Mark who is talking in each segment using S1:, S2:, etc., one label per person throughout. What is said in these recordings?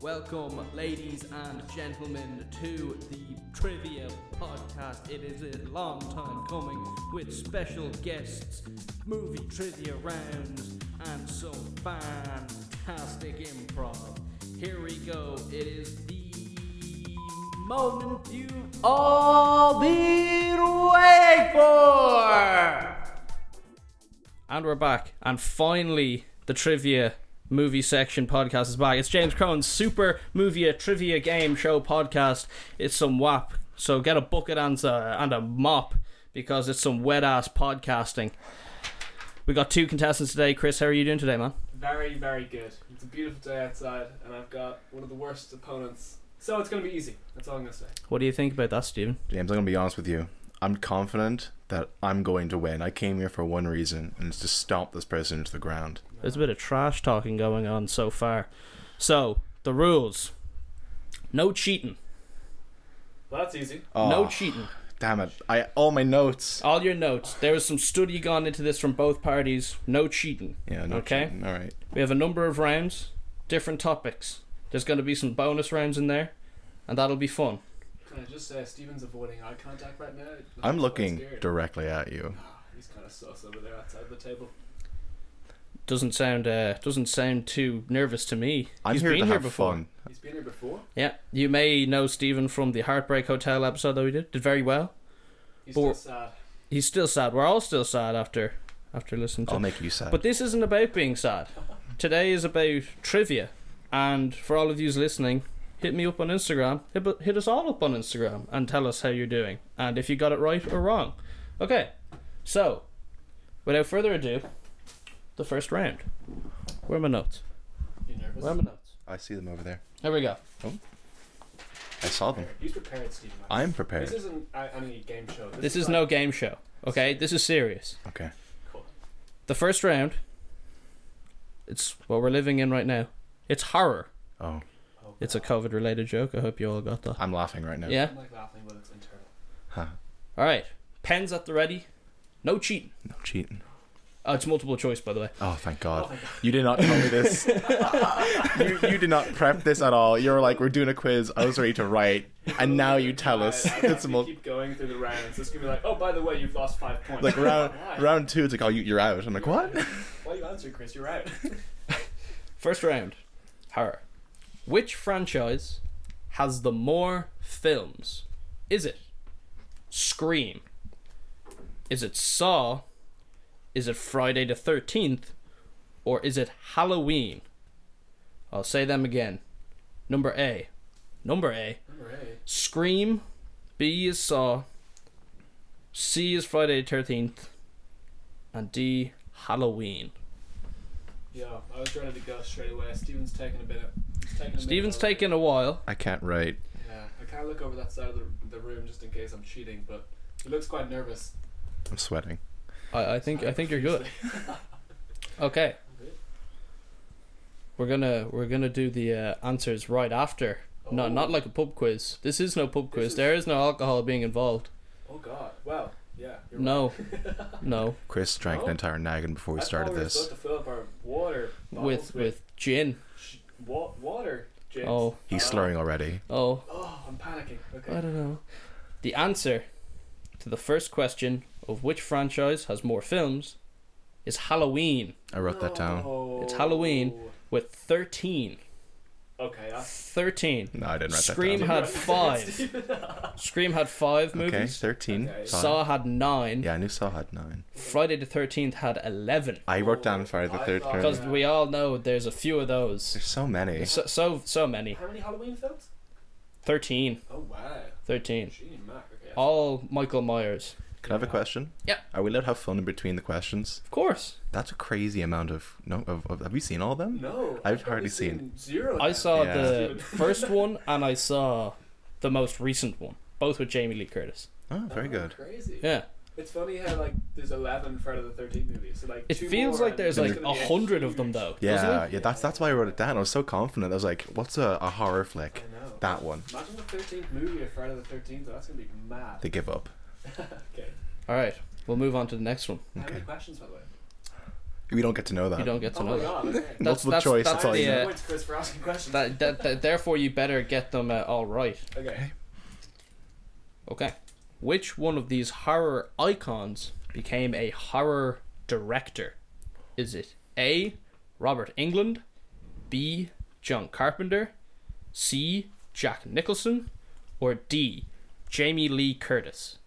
S1: Welcome, ladies and gentlemen, to the Trivia Podcast. It is a long time coming with special guests, movie trivia rounds, and some fantastic improv. Here we go. It is the moment you've all been waiting for. And we're back. And finally, the trivia movie section podcast is back. It's James Crone's Super Movie Trivia Game Show podcast. It's some WAP. So get a bucket and a, and a mop because it's some wet ass podcasting. We got two contestants today. Chris, how are you doing today, man?
S2: Very, very good. It's a beautiful day outside, and I've got one of the worst opponents. So it's going to be easy. That's all I'm going to say.
S1: What do you think about that, Steven?
S3: James, I'm gonna be honest with you. I'm confident that I'm going to win. I came here for one reason, and it's to stomp this person into the ground.
S1: There's a bit of trash talking going on so far. So, the rules no cheating.
S2: Well, that's easy.
S3: Oh,
S1: No cheating.
S3: Damn it! I all my notes.
S1: All your notes. There was some study gone into this from both parties. No cheating.
S3: Yeah. No
S1: Okay.
S3: Cheating. All right.
S1: We have a number of rounds, different topics. There's going to be some bonus rounds in there, and that'll be fun.
S2: Can I just say, Steven's avoiding eye contact right now?
S3: I'm
S2: quite
S3: looking
S2: scared.
S3: directly at you.
S2: He's kind of sus over there outside the table.
S1: Doesn't sound uh, doesn't sound too nervous to me.
S3: I'm
S1: He's
S3: here
S1: been
S3: to
S1: here
S3: have
S1: before.
S3: fun.
S2: He's been here before.
S1: Yeah, you may know Stephen from the Heartbreak Hotel episode that we did. Did very well.
S2: He's
S1: But-
S2: still sad.
S1: He's still sad. We're all still sad after after listening to.
S3: I'll make you sad.
S1: But this isn't about being sad. Today is about trivia. And for all of you listening, hit me up on Instagram. Hit, hit us all up on Instagram and tell us how you're doing and if you got it right or wrong. Okay, so without further ado, the first round. Where are my notes?
S2: You nervous?
S1: Where are my notes?
S3: I see them over there.
S1: There we go.
S3: I saw them.
S2: Prepared. He's prepared, Steven. man.
S3: I'm
S2: This
S3: prepared.
S2: isn't a- any game show. This,
S1: This is
S2: like-
S1: no game show, okay? This is serious.
S3: Okay.
S2: Cool.
S1: The first round, it's what we're living in right now. It's horror.
S3: Oh,
S2: Oh,
S1: It's a
S2: God.
S1: COVID related joke. I hope you all got that.
S3: I'm laughing right now.
S1: Yeah?
S2: I'm like laughing, but it's internal.
S3: Huh.
S1: All right. Pens at the ready. No cheating.
S3: No cheating.
S1: Oh, it's multiple choice, by the way.
S3: Oh, thank
S2: Oh,
S3: God.
S2: thank God.
S3: You did not tell me this. you, you did not prep this at all. You were like, we're doing a quiz. I was ready to write, and now you tell us.
S2: I, I,
S3: It's a
S2: we
S3: mul-
S2: keep going through the rounds. It's going to be like, oh, by the way, you've lost five points.
S3: like round
S2: Why?
S3: round two, it's like, oh, you, you're out. I'm like, what?
S2: Why you answered, Chris? You're out.
S1: First round. Horror. Which franchise has the more films? Is it Scream? Is it Saw? Is it Friday the 13th? Or is it Halloween? I'll say them again. Number A. Number A.
S2: Number eight.
S1: Scream, B is Saw, C is Friday the 13th, and D, Halloween.
S2: Yeah, I was ready to go straight away. Steven's taking a bit of. he's Taking a
S1: Steven's
S2: minute.
S1: taking a while.
S3: I can't write.
S2: Yeah, I can't look over that side of the, the room just in case I'm cheating, but he looks quite nervous.
S3: I'm sweating.
S1: I, I think I think you're good. Okay. We're gonna we're gonna do the uh, answers right after. No,
S2: Oh.
S1: not like a pub quiz. This is no pub
S2: This
S1: quiz.
S2: is-
S1: There is no alcohol being involved.
S2: Oh God! Well, yeah. You're right.
S1: No, no,
S3: Chris drank
S2: Oh.
S3: an entire naggin before we
S2: I thought
S3: started
S2: we were
S3: this.
S2: supposed to fill up our water bottles
S1: with with gin.
S2: sh- wa- water. James. Uh,
S1: Oh.
S3: He's slurring already.
S1: Oh,
S2: Oh, I'm panicking. Okay.
S1: I don't know. The answer to the first question of which franchise has more films is Halloween
S3: I wrote that down.
S2: No.
S1: It's Halloween. with 13.
S2: Okay. I-
S1: 13.
S3: No, I didn't write
S1: Scream
S3: that down.
S1: had five. Scream had five
S3: Okay,
S1: movies.
S3: thirteen.
S2: Okay.
S3: Saw.
S1: Saw had nine.
S3: Yeah, I knew Saw had nine.
S1: Friday the 13th had 11.
S3: I wrote down Friday the
S2: Oh, I
S3: Third.
S2: thought-
S1: Because
S2: Yeah.
S1: we all know there's a few of those.
S3: There's so many.
S1: So, so, so many.
S2: How many Halloween films?
S1: 13.
S2: Oh wow.
S1: 13.
S2: Gee, Mac. Okay.
S1: All Michael Myers.
S3: Can I have a question?
S1: Yeah.
S3: Are we allowed to have fun in between the questions?
S1: Of course.
S3: That's a crazy amount of no. Of, of, have you seen all of them?
S2: No.
S3: I've
S2: probably
S3: hardly seen-
S2: zero.
S1: I
S2: then.
S1: saw
S3: Yeah.
S1: the first one and I saw the most recent one. Both with Jamie Lee Curtis.
S3: Oh, very
S2: Oh,
S3: good.
S2: Crazy.
S1: Yeah.
S2: It's funny how like there's eleven Friday the Thirteenth movies. So like
S1: It
S2: two
S1: feels
S2: more
S1: like
S2: and
S1: there's
S2: it's
S1: like
S2: gonna
S1: a
S2: be
S1: hundred of them
S2: huge-
S1: though.
S3: Yeah,
S1: doesn't
S3: yeah. That's that's why I wrote it down. I was so confident. I was like, "What's a, a horror
S2: I
S3: flick?"
S2: know.
S3: That one.
S2: Imagine the thirteenth movie of Friday the Thirteenth. That's gonna be mad.
S3: They give up.
S2: okay.
S1: it? All right, we'll move on to the next one.
S2: How many
S3: Okay.
S2: questions by the way?
S3: We don't get to know that.
S1: You don't get to
S2: Oh
S1: know
S2: my
S1: that.
S2: god. Okay.
S3: Multiple
S1: that's-
S3: choice.
S1: that's
S3: That's all
S1: the,
S2: Sorry,
S3: you know.
S1: uh,
S2: points, Chris, for asking questions.
S1: That, that, that. Therefore, you better get them uh, all right.
S2: okay.
S1: Okay. Which one of these horror icons became a horror director? Is it A. Robert England, B. John Carpenter, C. Jack Nicholson, or D. Jamie Lee Curtis?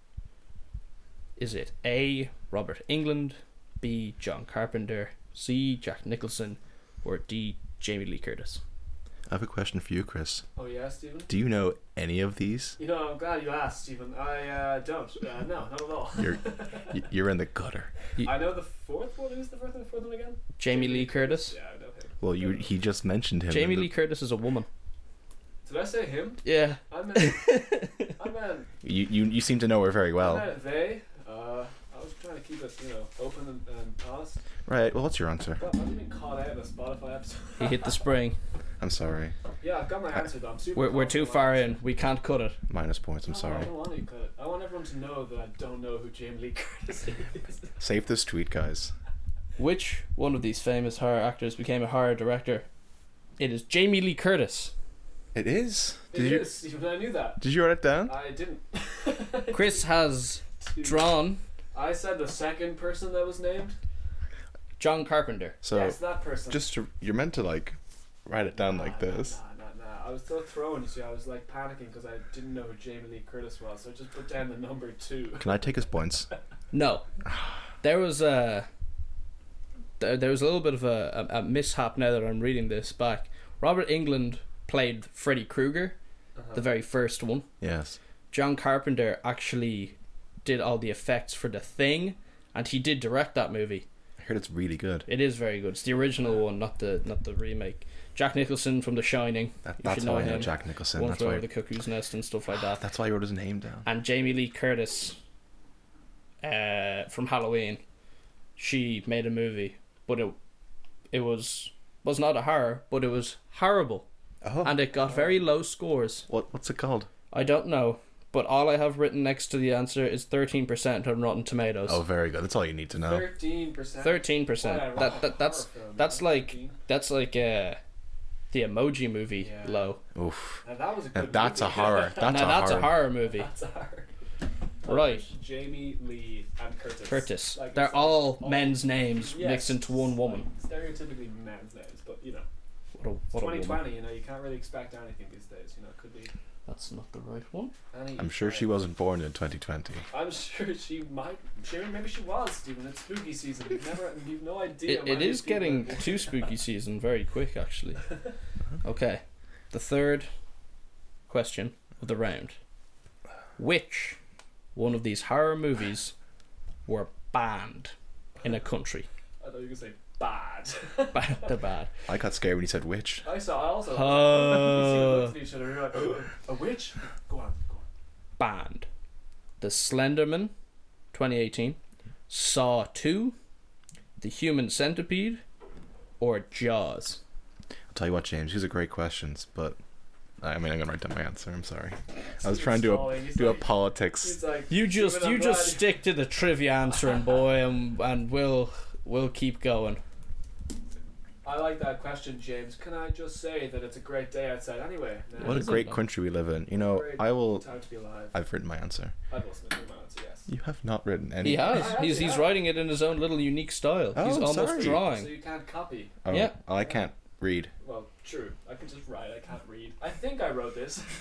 S1: Is it A. Robert England, B. John Carpenter, C. Jack Nicholson, or D. Jamie Lee Curtis?
S3: I have a question for you, Chris.
S2: Oh yeah, Stephen.
S3: Do you know any of these?
S2: You know, I'm glad you asked, Stephen. I uh, don't. Uh, no, not at all.
S3: You're y- you're in the gutter.
S1: You-
S2: I know the fourth one. Who's the fourth and fourth one again?
S1: Jamie Lee Curtis?
S2: Yeah, I know him.
S3: Well, you he just mentioned him.
S1: Jamie
S3: in the-
S1: Lee Curtis is a woman.
S2: Did I say him?
S1: Yeah.
S2: I meant. I meant.
S3: You, you you seem to know her very
S2: I
S3: well.
S2: meant they. Uh, I was trying to keep it, you know, open and, and honest.
S3: Right. Well, what's your answer?
S2: God, I'm being caught out of a Spotify episode.
S1: He hit the spring.
S3: I'm sorry.
S2: Yeah, I've got
S3: Uh,
S2: my answer though. I'm super.
S1: We're, we're too
S2: confident.
S1: far in. We can't cut it.
S3: Minus points. I'm
S2: No,
S3: sorry.
S2: I don't want to cut it. I want everyone to know that I don't know who Jamie Lee Curtis is.
S3: Save this tweet, guys.
S1: Which one of these famous horror actors became a horror director? It is Jamie Lee Curtis.
S3: It is.
S2: It
S3: Did you
S2: is, Stephen. I knew that.
S3: did you write it down?
S2: I didn't.
S1: Chris has
S2: Dude,
S1: drawn
S2: I said the second person that was named.
S1: John Carpenter.
S3: So
S2: yes, that person.
S3: just to, you're meant to like write it down
S2: Nah,
S3: like
S2: nah,
S3: this.
S2: Nah, nah, nah. I was so thrown. You see, I was like panicking because I didn't know who Jamie Lee Curtis was. So I just put down the number two.
S3: Can I take his points?
S1: No, there was a there, there was a little bit of a, a, a mishap. Now that I'm reading this back, Robert England played Freddy Krueger, the very first one.
S3: Yes.
S1: John Carpenter actually did all the effects for The Thing, and he did direct that movie.
S3: I heard it's really good.
S1: It is very good. It's the original one, not the not the remake. Jack Nicholson from The Shining.
S3: That,
S1: You
S3: that's
S1: should
S3: how
S1: know
S3: I know
S1: him.
S3: Jack Nicholson.
S1: One
S3: That's
S1: flew
S3: why. Ah,
S1: over the cuckoo's nest and stuff like that.
S3: That's why I wrote his name down.
S1: And Jamie Lee Curtis, uh, from Halloween, she made a movie, but it it was was not a horror, but it was horrible,
S3: Oh.
S1: and it got very low scores.
S3: what what's it called?
S1: I don't know, but all I have written next to the answer is thirteen percent on Rotten Tomatoes.
S3: Oh, very good. That's all you need to know.
S2: Thirteen percent.
S1: Thirteen percent. That, that that's that's like that's like uh, the Emoji movie
S2: Yeah.
S1: low.
S3: Oof.
S2: Now that was a
S3: Now
S2: good
S3: that's a
S2: movie.
S3: horror. That's,
S1: now
S3: a,
S1: that's
S3: horror.
S1: a horror movie.
S2: That's a horror.
S1: Right.
S2: Jamie Lee and Curtis.
S1: Curtis.
S2: Like,
S1: They're
S2: it's
S1: all
S2: all-
S1: men's names
S2: Yes.
S1: mixed into one woman.
S2: Like, stereotypically men's names, but you know,
S1: What a, what a
S2: twenty
S1: woman.
S2: twenty. You know, you can't really expect anything these days. You know, it could be.
S1: That's not the right one.
S2: Any
S3: I'm sure she
S2: was.
S3: wasn't born in 2020.
S2: I'm sure she might. She, maybe she was, Stephen. It's spooky season. You've never, you've no idea.
S1: It,
S2: why
S1: it
S2: these
S1: is
S2: people
S1: getting
S2: are-
S1: too spooky season very quick, actually. Okay. The third question of the round. Which one of these horror movies were banned in a country?
S2: I thought you were gonna say bad.
S1: Ba- They're bad.
S3: I got scared when you said witch.
S2: I saw. I also.
S1: Oh.
S2: we looked at each other. we were like, "Oh, a witch? Go on, go on.
S1: Banned. The Slenderman, 2018. Saw 2. The Human Centipede. Or Jaws.
S3: I'll tell you what, James, these are great questions, but I mean, I'm gonna write down my answer. I'm sorry. I was trying to do
S2: Stalling.
S3: a,
S2: He's
S3: do a
S2: like-
S3: politics.
S2: He's like,
S1: You just
S2: Stephen,
S1: you
S2: I'm
S1: just
S2: glad-
S1: stick to the trivia answering, boy, and and we'll we'll keep going.
S2: I like that question, James. Can I just say that it's a great day outside? Anyway, Nah,
S3: What a
S2: it's
S3: great country we live in. You know, I will.
S2: time to be alive.
S3: I've written my answer.
S2: I've listened to my answer. Yes.
S3: You have not written any.
S1: He has.
S2: I
S1: He's
S2: actually
S1: he's
S2: have.
S1: writing it in his own little unique style.
S3: Oh,
S1: he's
S3: I'm
S1: almost
S3: sorry.
S2: So
S1: drawing.
S2: you can't copy.
S3: Oh,
S1: Yeah.
S3: I can't read.
S2: Well, true. I can just write. I can't read. I think I wrote this.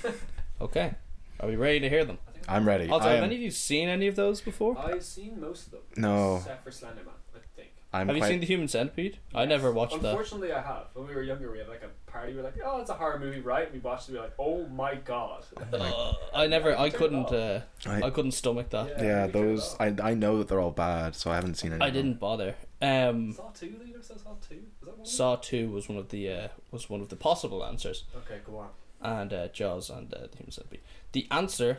S1: Okay. Are we ready to hear them?
S2: I think I
S3: I'm ready.
S1: Also,
S3: I
S1: have
S3: am,
S1: any of you seen any of those before?
S2: I've seen most of them.
S3: No.
S2: Except for Slenderman, I think.
S3: I'm
S1: have you
S3: quite-
S1: seen The Human Centipede? I never watched that.
S2: Unfortunately, I have. When we were younger, we had like a party. We were like, oh, it's a horror movie, right? We watched it. We were like, oh my god.
S1: Uh, I never. I
S2: Turn it
S1: couldn't.
S2: off.
S1: Uh, I
S3: I,
S1: couldn't stomach that.
S3: yeah,
S2: we turned it
S3: those.
S2: off.
S3: I, I know that they're all bad, so I haven't seen any.
S1: I
S3: of them.
S1: didn't bother. Um,
S2: Saw two. They never saw Saw two. Was that one?
S1: Saw Two was one of the uh, was one of the possible answers,
S2: okay, go on.
S1: and uh, Jaws and uh, The Human Centipede. The answer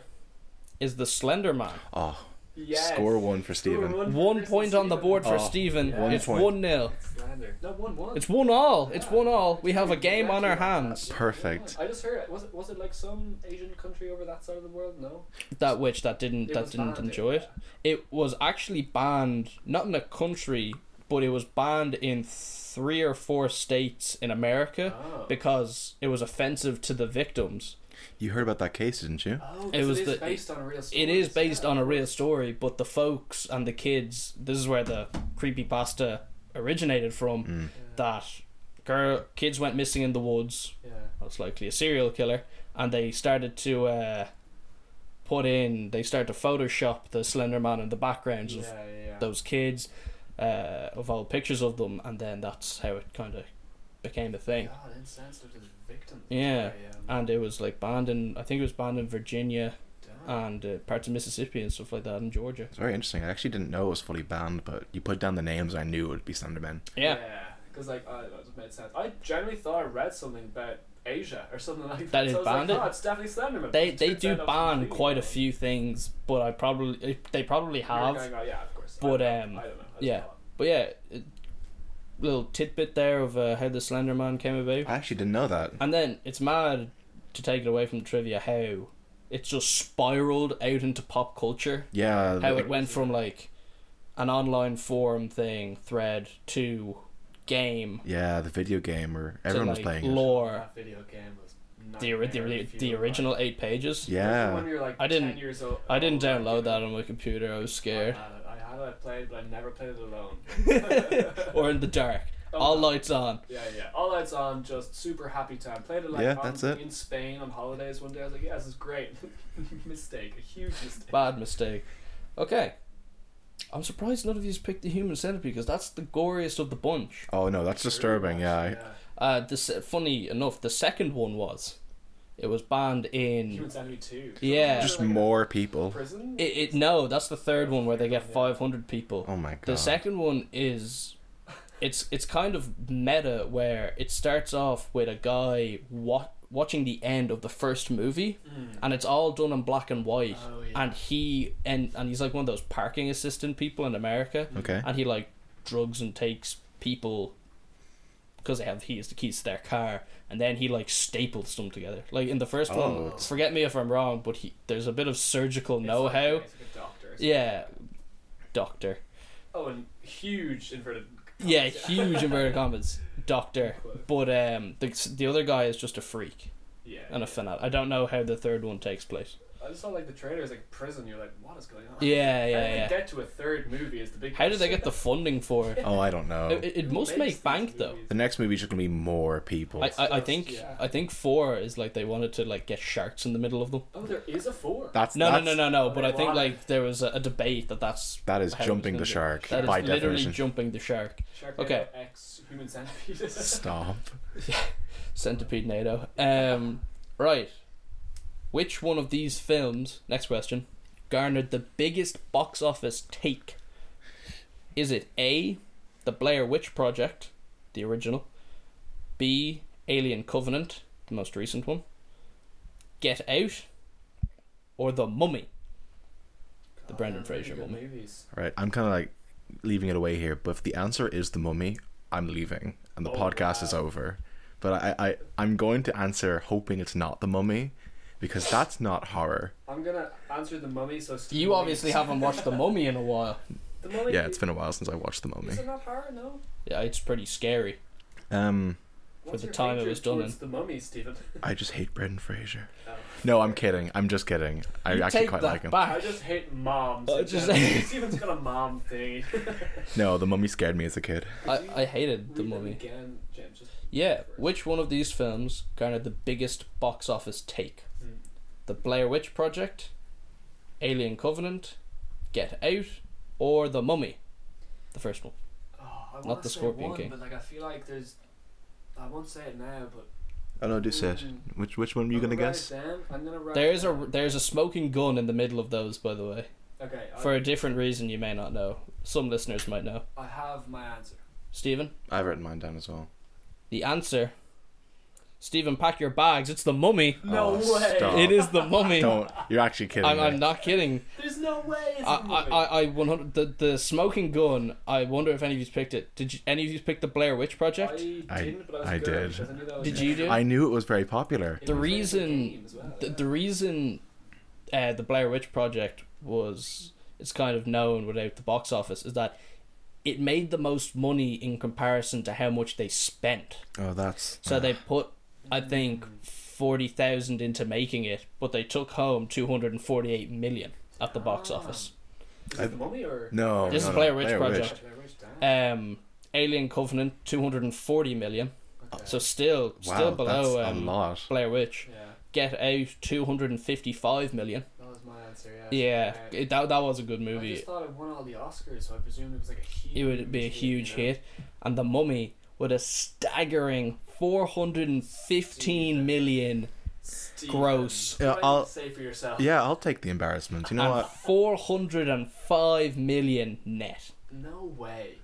S1: is The Slender Man.
S3: Oh,
S2: Yes.
S3: score one for
S2: Score
S3: Steven.
S2: for
S1: One
S2: Chris
S1: point
S2: and
S1: on the
S2: Steven.
S1: board for
S3: Oh,
S1: Stephen.
S2: yeah.
S1: It's
S3: One point.
S1: one 0
S2: Slander. No, one one.
S1: It's one all. It's
S2: Yeah.
S1: one all. We have a
S2: Dude,
S1: game on our
S2: actually,
S1: hands.
S2: yeah,
S3: Perfect.
S2: I just heard. Was it was it like some Asian country over that side of the world? No.
S1: That which that didn't
S2: It
S1: that
S2: was Oh.
S1: didn't
S2: banned,
S1: enjoy it. It was actually banned not in a country, but it was banned in three or four states in America
S2: Oh.
S1: because it was offensive to the victims.
S3: You heard about that case, didn't you?
S2: Oh, 'cause
S1: It
S2: it
S1: was
S2: was
S1: the-
S2: based on real
S1: It
S2: stories.
S1: is based
S2: yeah.
S1: on a real story, but the folks and the kids, this is where the creepypasta originated from, that girl kids went missing in the woods,
S2: Yeah.
S1: most likely a serial killer, and they started to uh, put in, they started to Photoshop the Slender Man in the backgrounds
S2: Yeah,
S1: of
S2: yeah, yeah.
S1: those kids, uh, of old pictures of them, and then that's how it kind of became a thing.
S2: God, insensitive to the victims.
S1: Yeah. Uh,
S2: yeah.
S1: And it was like banned in, I think it was banned in Virginia
S2: Damn.
S1: and uh, parts of Mississippi and stuff like that in Georgia.
S3: It's very interesting. I actually didn't know it was fully banned, but you put down the names, I knew it would be Slenderman.
S1: Yeah,
S2: Because like, I don't know, it just made sense. I generally thought I read something about Asia or something like that.
S1: That is
S2: so I was like,
S1: banned it.
S2: "Oh, it's definitely Slenderman.
S1: they
S2: Turns
S1: they do
S2: out that was
S1: ban
S2: completely
S1: quite a
S2: wrong.
S1: few things, but I probably they probably
S2: You were
S1: have.
S2: going, "Oh, yeah, of course. I
S1: But,
S2: don't
S1: um,
S2: know. I don't know. I just
S1: yeah.
S2: thought.
S1: But yeah, it- little tidbit there of uh, how the Slender Man came about,
S3: I actually didn't know that.
S1: and then it's mad to take it away from the trivia how it just spiraled out into pop culture.
S3: Yeah,
S1: How
S3: like-
S1: it went from like an online forum thing thread to game
S3: yeah, the video game where
S1: to
S3: everyone was
S1: like
S3: playing it.
S1: lore.
S2: That video game was
S1: The, ori- the, ori- the original eight pages.
S2: When
S3: Yeah,
S2: we were like
S1: I didn't-
S2: 10 years old.
S1: I didn't
S2: old,
S1: download
S2: like,
S1: that on my computer. I was scared.
S2: I had it. I had it. I played, it, but I never played it alone.
S1: or in the dark.
S2: Oh,
S1: All
S2: no.
S1: lights on.
S2: Yeah, yeah. All that's on. Just super happy time. Played it like
S3: Yeah,
S2: on-
S3: that's it.
S2: in Spain on holidays one day. I was like, yeah, this is great. mistake, a huge mistake.
S1: Bad mistake. Okay. I'm surprised none of you picked the human centipede because that's the goriest of the bunch.
S3: Oh no, that's disturbing. Yeah, I-
S1: Uh, this funny enough, the second one was. It was banned in.
S2: Human Centipede Two.
S1: Yeah.
S3: just
S2: Like a
S3: more people.
S2: Prison.
S1: It, it no, that's the third one where they get
S2: Yeah.
S1: 500 people.
S3: Oh my god.
S1: The second one is it's it's kind of meta where it starts off with a guy wa- watching the end of the first movie and it's all done in black and white
S2: Hmm. Oh, yeah.
S1: and he and and he's like one of those parking assistant people in America
S2: Hmm.
S3: Okay.
S1: and he like drugs and takes people because they have he has the keys to their car and then he like staples them together like in the first one,
S3: Oh, it's-
S1: forget me if i'm wrong but he there's a bit of surgical
S2: It's
S1: know-how
S2: Like, it's like a doctor.
S1: yeah doctor
S2: Oh, and huge inverted. commas,
S1: yeah, huge inverted commas, doctor. But um, the the other guy is just a freak
S2: Yeah.
S1: and a fanatic. I don't know how the third one takes place.
S2: I just saw like the trailer is like prison. You're like, what is going on?
S1: Yeah,
S2: How did
S1: yeah,
S2: they
S1: yeah.
S2: Get to a third movie is the big.
S1: How did they get the funding for it?
S3: Oh, I don't know.
S1: It, it
S2: Who
S1: must
S2: makes
S1: make
S2: these
S1: bank though.
S2: movies?
S3: The next movie is just gonna be more people.
S1: I, I, I think
S2: Yeah.
S1: I think four is like they wanted to like get sharks in the middle of them.
S2: Oh, there is a four.
S3: that's
S1: No,
S3: that's,
S1: no, no, no, no. But I think
S2: Why?
S1: like there was a, a debate that that's
S3: That is
S1: how it's
S3: jumping
S1: gonna
S3: the
S1: be.
S3: shark
S1: That is
S3: by
S1: literally
S3: definition.
S1: jumping the shark.
S2: Sharknado
S1: Okay.
S2: X Human Centipede.
S3: Stop.
S1: Centipede NATO. Um, right. Which one of these films, next question, garnered the biggest box office take? Is it A, The Blair Witch Project, the original, B, Alien Covenant, the most recent one, Get Out, or The Mummy? The Brendan
S2: They're really
S1: Fraser
S2: good
S1: mummy.
S2: Movies.
S3: Right. I'm kind of like leaving it away here, but if the answer is the mummy, I'm leaving and the
S2: Oh,
S3: podcast is
S2: wow.
S3: over. But I, I, I'm going to answer hoping it's not the mummy because that's not horror.
S2: I'm gonna answer the mummy. So Steve
S1: You
S2: Mummy-
S1: obviously haven't watched The Mummy in a while.
S2: The mummy.
S3: Yeah, it's been a while since I watched the
S2: Is
S3: mummy.
S2: it not horror? No.
S1: Yeah, it's pretty scary.
S3: Um,
S2: What's
S1: the
S2: your
S1: time it
S2: hatred
S1: was done
S2: towards The mummy, Stephen.
S3: I just hate Brendan Fraser.
S2: Oh.
S3: No, I'm kidding. I'm just kidding. I
S1: You
S3: actually
S1: take
S3: quite
S1: that
S3: like him.
S1: back.
S2: I just hate moms.
S1: I
S2: in
S1: just-
S2: general. Stephen's got a mom thing.
S3: No, the mummy scared me as a kid.
S2: Could you
S1: I, I hated The
S2: Read them
S1: Mummy.
S2: again, James. Just
S1: Yeah, which one of these films garnered the biggest box office take?
S2: Hmm.
S1: The Blair Witch Project, Alien Covenant, Get Out, or The Mummy? The first one.
S2: Oh, I
S1: Not
S2: wanna
S1: the
S2: say
S1: Scorpion
S2: one,
S1: King.
S2: But like, I feel like there's. I won't say it now, but
S3: Oh no, do say it.
S2: Mm.
S3: Which which one are you
S2: I'm
S3: gonna
S2: write it
S3: guess?
S2: down. I'm gonna write.
S1: There is
S2: it
S1: a there's a smoking gun in the middle of those, by the way,
S2: down. Okay. I,
S1: for a different reason you may not know. Some listeners might know.
S2: I have my answer.
S1: Stephen,
S3: I've written mine down as well.
S1: the answer. Stephen, pack your bags. It's The Mummy.
S2: No
S3: Oh,
S2: way.
S3: stop.
S1: It is The Mummy.
S3: Don't. You're actually kidding
S1: I'm,
S3: me.
S1: I'm not kidding.
S2: There's no way. It's
S1: I,
S2: a movie.
S1: I, I, I 100 the, the smoking gun. I wonder if any of you picked it. Did you, any of you pick the Blair Witch Project?
S2: I
S3: I-
S2: didn't, but I was
S3: I
S2: good
S3: did.
S2: because I knew that was
S1: Did you do? it?
S3: I knew it was very popular.
S2: It
S1: The
S2: was like a
S1: reason-
S2: game as well,
S1: the,
S2: yeah.
S1: the reason uh, the Blair Witch Project was it's kind of known without the box office is that it made the most money in comparison to how much they spent.
S3: Oh, that's
S1: So they put, I think, forty thousand into making it, but they took home two hundred and forty-eight million at the box
S2: Ah.
S1: office.
S2: Is it the mummy or
S3: no.
S1: This is
S3: no, no,
S1: Blair Witch
S3: Blair
S1: Project.
S2: Should I write down?
S1: Um, Alien Covenant two hundred and forty million.
S2: Okay.
S1: Uh, So still,
S3: Wow,
S1: still below
S3: that's a
S1: um,
S3: lot.
S1: Blair Witch.
S2: yeah,
S1: Get Out two hundred and fifty-five million.
S2: that was my answer. Yeah.
S1: Yeah,
S2: Alright.
S1: it, that that was a good
S2: I
S1: movie.
S2: just thought it won all the Oscars, so I presumed it was like a huge.
S1: It would be a huge
S2: you know?
S1: hit, and The Mummy with a staggering four hundred and fifteen million
S2: Steve,
S1: Gross.
S3: Yeah,
S2: try
S3: I'll-
S2: to say for yourself.
S3: Yeah, I'll take the embarrassment. You know
S1: and
S3: what?
S1: four hundred and five million net.
S2: No way.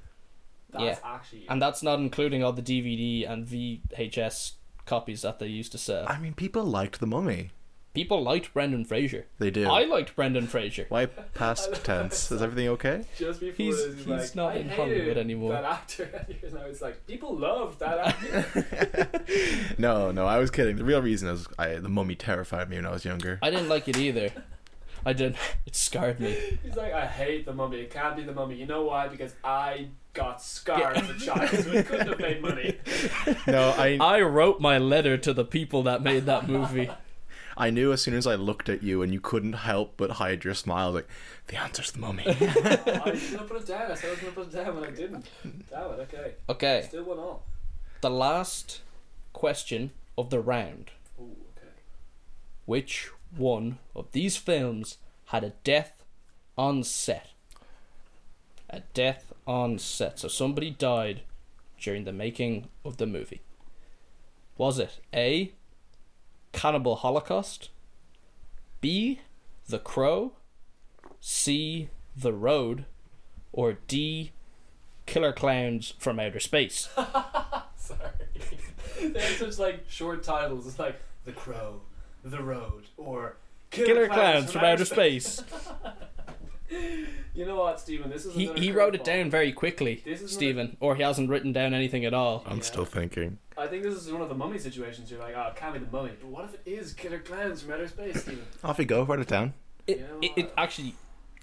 S2: That's
S1: Yeah.
S2: actually.
S1: And that's not including all the DVD and VHS copies that they used to sell.
S3: I mean, people liked the mummy.
S1: People liked Brendan Fraser.
S3: They did.
S1: I liked Brendan Fraser.
S3: Why past tense? Is everything okay?
S2: just before
S1: He's-
S2: this,
S1: he's
S2: like,
S1: not
S2: I
S1: in Hollywood
S2: hated
S1: anymore.
S2: That actor, and I was like, people loved that actor.
S3: No, no, I was kidding. The real reason is I, the mummy terrified me when I was younger.
S1: I didn't like it either. I didn't. It scarred me.
S2: He's like, I hate the mummy. It can't be the mummy. You know why? Because I got scarred as a child, so it couldn't have made money.
S3: No, I
S1: I wrote my letter to the people that made that movie.
S3: I knew as soon as I looked at you and you couldn't help but hide your smile. I was like, the answer's the mummy.
S2: Oh, I should have put it down. I said I was going to put it down, and I didn't. Damn it. Okay.
S1: Okay,
S2: Still one all.
S1: the last question of the round.
S2: Ooh, okay.
S1: Which one of these films had a death on set? A death on set. So somebody died during the making of the movie. Was it A. Cannibal Holocaust? B. The Crow? C. The Road? Or D. Killer Clowns from Outer Space?
S2: Sorry. they have such like short titles. It's like The Crow, The Road, or Killer,
S1: Killer Clowns from Outer
S2: Space.
S1: Space.
S2: You know what, Stephen? This is
S1: He,
S2: another
S1: he wrote it
S2: curveball.
S1: down very quickly,
S2: This Oh. is
S1: Stephen, or he hasn't written down anything at all.
S3: I'm
S2: Yeah.
S3: still thinking.
S2: I think this is one of the mummy situations. You're like, oh, it can't be the mummy. But what if it is Killer Clowns from Outer Space, Stephen?
S3: Off you go, write it down.
S1: It,
S2: You know
S1: it, it
S2: what?
S1: actually,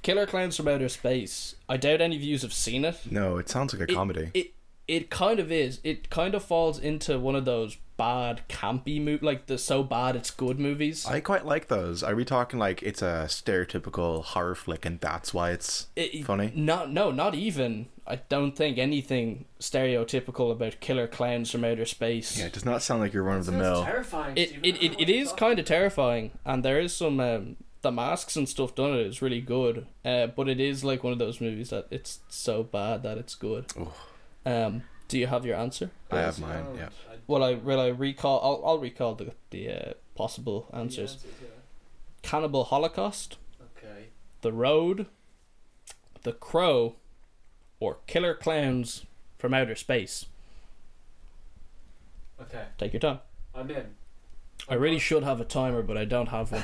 S1: Killer Clowns from Outer Space. I doubt any of yous have seen it.
S3: No, it sounds like a
S1: It-
S3: comedy.
S1: It it kind of is. It kind of falls into one of those bad campy movies, like the so bad it's good movies.
S3: I quite like those. Are we talking like it's a stereotypical horror flick and that's why it's
S1: It- it-
S3: funny?
S1: Not no, not even. I don't think anything stereotypical about Killer Clowns from Outer Space.
S3: Yeah, it does not sound like you're run of the
S2: Sounds
S3: mill.
S2: terrifying.
S1: it
S2: Stephen.
S1: it,
S2: How
S1: it,
S2: am
S1: it
S2: I
S1: is
S2: talking?
S1: kind of terrifying and there is some um, the masks and stuff done in it is really good uh, but it is like one of those movies that it's so bad that it's good
S3: Ooh.
S1: um, do you have your answer
S3: I have
S2: Yes,
S3: mine,
S2: no,
S3: yeah.
S2: I-
S1: well i will i recall i'll, I'll recall the, the uh, possible
S2: the
S1: answers
S2: yeah.
S1: cannibal holocaust
S2: Okay.
S1: the road the crow or killer clowns from outer space
S2: Okay.
S1: take your time
S2: I'm in.
S1: i really should have a timer but i don't have one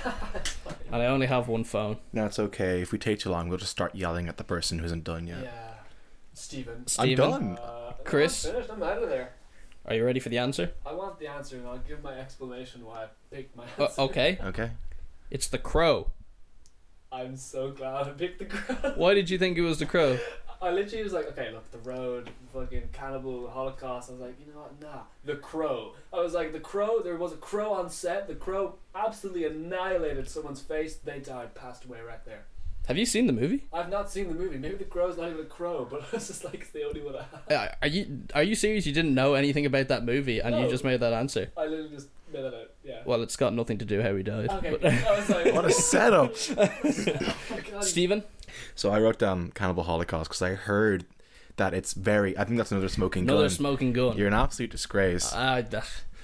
S1: and i only have one phone
S3: No, it's okay. If we take too long, we'll just start yelling at the person who isn't done
S2: Yeah.
S3: yet.
S2: Stephen.
S3: I'm
S1: Steven,
S3: done.
S2: Uh, no,
S1: Chris?
S2: I'm finished. I'm out of there.
S1: are you ready for the answer
S2: I want the answer, and I'll give my explanation why I picked my answer.
S1: Uh, okay.
S3: Okay.
S1: It's the crow.
S2: I'm so glad I picked the crow.
S1: Why did you think it was the crow?
S2: I literally was like, okay, look, the road, fucking cannibal, Holocaust. I was like, you know what? Nah, the crow. I was like, the crow. There was a crow on set. The crow absolutely annihilated someone's face. They died, passed away right there.
S1: Have you seen the movie?
S2: I've not seen the movie. Maybe the crow's not even a crow, but I was just like, it's the only one I have.
S1: Uh, Are you are you serious? You didn't know anything about that movie and you
S2: No.
S1: just made that answer.
S2: I literally just made that out. Yeah.
S1: Well, it's got nothing to do how he died.
S2: Okay.
S1: But- uh,
S2: I was like,
S3: What a setup.
S2: oh my God.
S1: Stephen,
S3: So I wrote down Cannibal Holocaust because I heard that it's very. I think that's another smoking
S1: another
S3: gun.
S1: smoking gun. Uh,
S3: You're an absolute disgrace.
S1: I,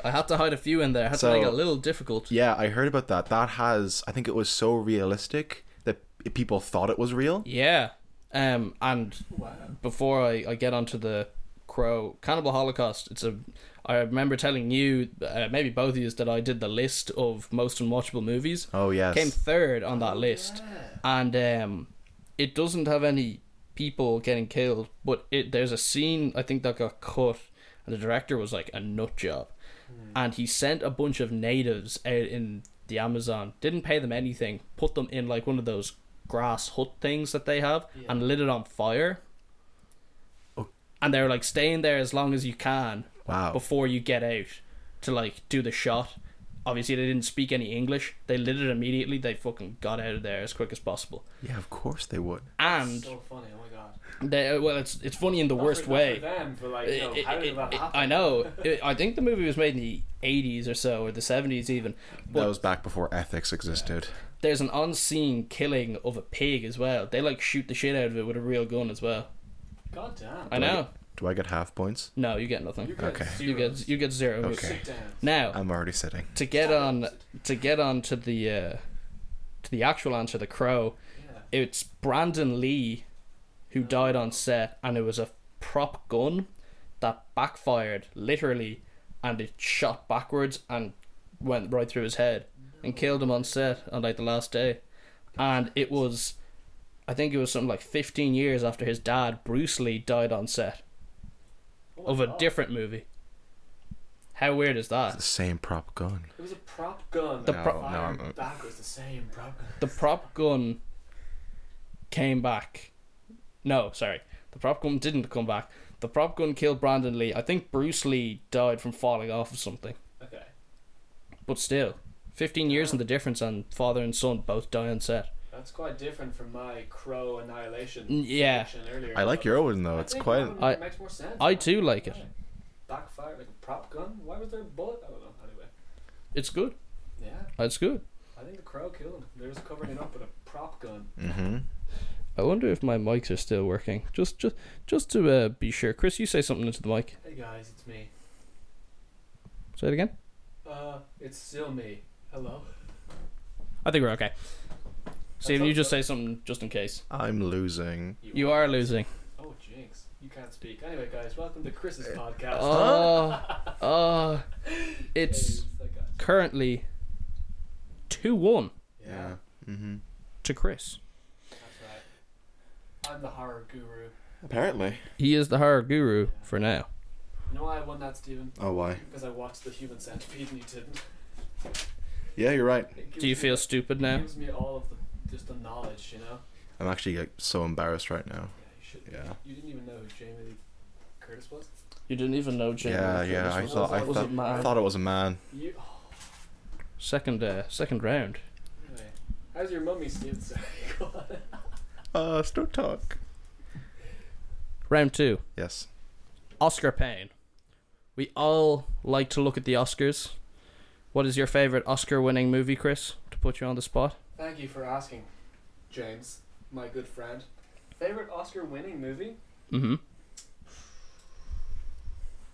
S1: I had to hide a few in there. I had
S3: So-
S1: to make it a little difficult.
S3: yeah, I heard about that. That has. I think it was so realistic that people thought it was real.
S1: Yeah. Um. And
S2: Wow.
S1: before I, I get onto the crow cannibal holocaust it's a i remember telling you uh, maybe both of you that i did the list of most unwatchable movies
S3: Oh yes.
S1: came third on that list and um, it doesn't have any people getting killed, but it there's a scene I think that got cut, and the director was like a nut job, and he sent a bunch of natives out in the Amazon, didn't pay them anything, put them in like one of those grass hut things that they have,
S2: Yeah.
S1: and lit it on fire. and they're like staying there as long as you can
S3: Wow.
S1: before you get out to like do the shot. Obviously, they didn't speak any English. They lit it immediately. They fucking got out of there as quick as possible.
S3: Yeah, of course they would.
S1: And
S2: so funny. Oh my god.
S1: they, well, it's it's funny in the
S2: Not
S1: worst
S2: for, not
S1: way.
S2: For them, but like,
S1: It-
S2: no,
S1: it-
S2: how did
S1: it-
S2: that
S1: it-
S2: happen?
S1: I know. It- I think the movie was made in the 80s or so, or the 70s even. But
S3: that was back before ethics existed.
S1: there's an unseen killing of a pig as well. They like shoot the shit out of it with a real gun as well.
S2: God damn.
S1: I know.
S3: Do I get half points?
S1: No, you get nothing.
S2: You get
S3: Okay.
S2: zero.
S1: You get you get zero.
S3: Okay.
S2: Sit
S3: Um,
S2: down.
S1: Now
S3: I'm already sitting.
S1: to get
S2: uh,
S1: on to get on to the uh, to the actual answer, the crow.
S2: Yeah.
S1: It's Brandon Lee, who died on set, and it was a prop gun that backfired literally, and it shot backwards and went right through his head and killed him on set on like the last day, and it was, I think it was something like fifteen years after his dad Bruce Lee died on set
S2: Oh my
S1: of a
S2: God.
S1: different movie. How weird is that?
S3: The same prop gun.
S2: It was a prop gun.
S1: The
S2: that
S1: prop-
S3: No, no,
S2: fired
S3: I'm-
S2: back was the same prop gun.
S1: the prop gun came back. No, sorry. The prop gun didn't come back. The prop gun killed Brandon Lee. I think Bruce Lee died from falling off of something.
S2: Okay.
S1: But still, 15 years in the difference, and father and son both die on set.
S2: That's quite different from my crow annihilation.
S1: Mm, yeah.
S2: prediction Earlier,
S3: I like your one though. It's
S2: I,
S3: quite.
S1: I-
S2: think that one makes more sense.
S1: I too like it.
S2: Backfire like a prop gun. Why was there a bullet? I don't know. Anyway,
S1: It's good.
S2: yeah.
S1: It's good.
S2: I think the crow killed him. They were just covering it up with a prop gun.
S3: Mm-hmm.
S1: I wonder if my mics are still working. Just, just, just to uh, be sure. Chris, you say something into the mic.
S2: Hey guys, it's me.
S1: Say it again.
S2: Uh, it's still me. Hello.
S1: I think we're okay. Steve,
S2: hope
S1: you just
S2: so.
S1: say something just in case.
S3: I'm losing.
S1: You are losing.
S2: Oh jinx! You can't speak. Anyway, guys, welcome to Chris's podcast.
S1: Oh, oh, it's.
S2: Hey, that guy.
S1: currently 2 1
S2: yeah.
S3: Mm-hmm.
S1: to Chris.
S2: That's right. I'm the horror guru.
S3: Apparently.
S1: He is the horror guru for now.
S2: You know why I won that, Steven?
S3: Oh, why?
S2: Because I watched The Human Centipede and you didn't.
S3: Yeah, you're right.
S2: It gives
S1: Do you
S2: me-
S1: feel stupid
S2: It
S1: now?
S2: gives me all of the just the knowledge, you know.
S3: I'm actually like, so embarrassed right now.
S2: Yeah, you should.
S3: Yeah.
S2: You didn't even know who Jamie Lee Curtis was.
S1: You didn't even know Jamie.
S3: Yeah,
S1: Lee
S3: yeah. I
S1: Curtis was-
S3: thought. I
S1: was
S3: thought.
S1: a man.
S3: I thought it was a man.
S2: You. Oh,
S1: Second, uh, second round.
S2: anyway. How's your mummy, Steven? Sorry, go on.
S3: Uh, still talk.
S1: Round two.
S3: Yes.
S1: Oscar Payne. We all like to look at the Oscars. What is your favorite Oscar-winning movie, Chris? To put you on the spot.
S2: Thank you for asking, James, my good friend. Favorite Oscar-winning movie?
S1: Mm-hmm.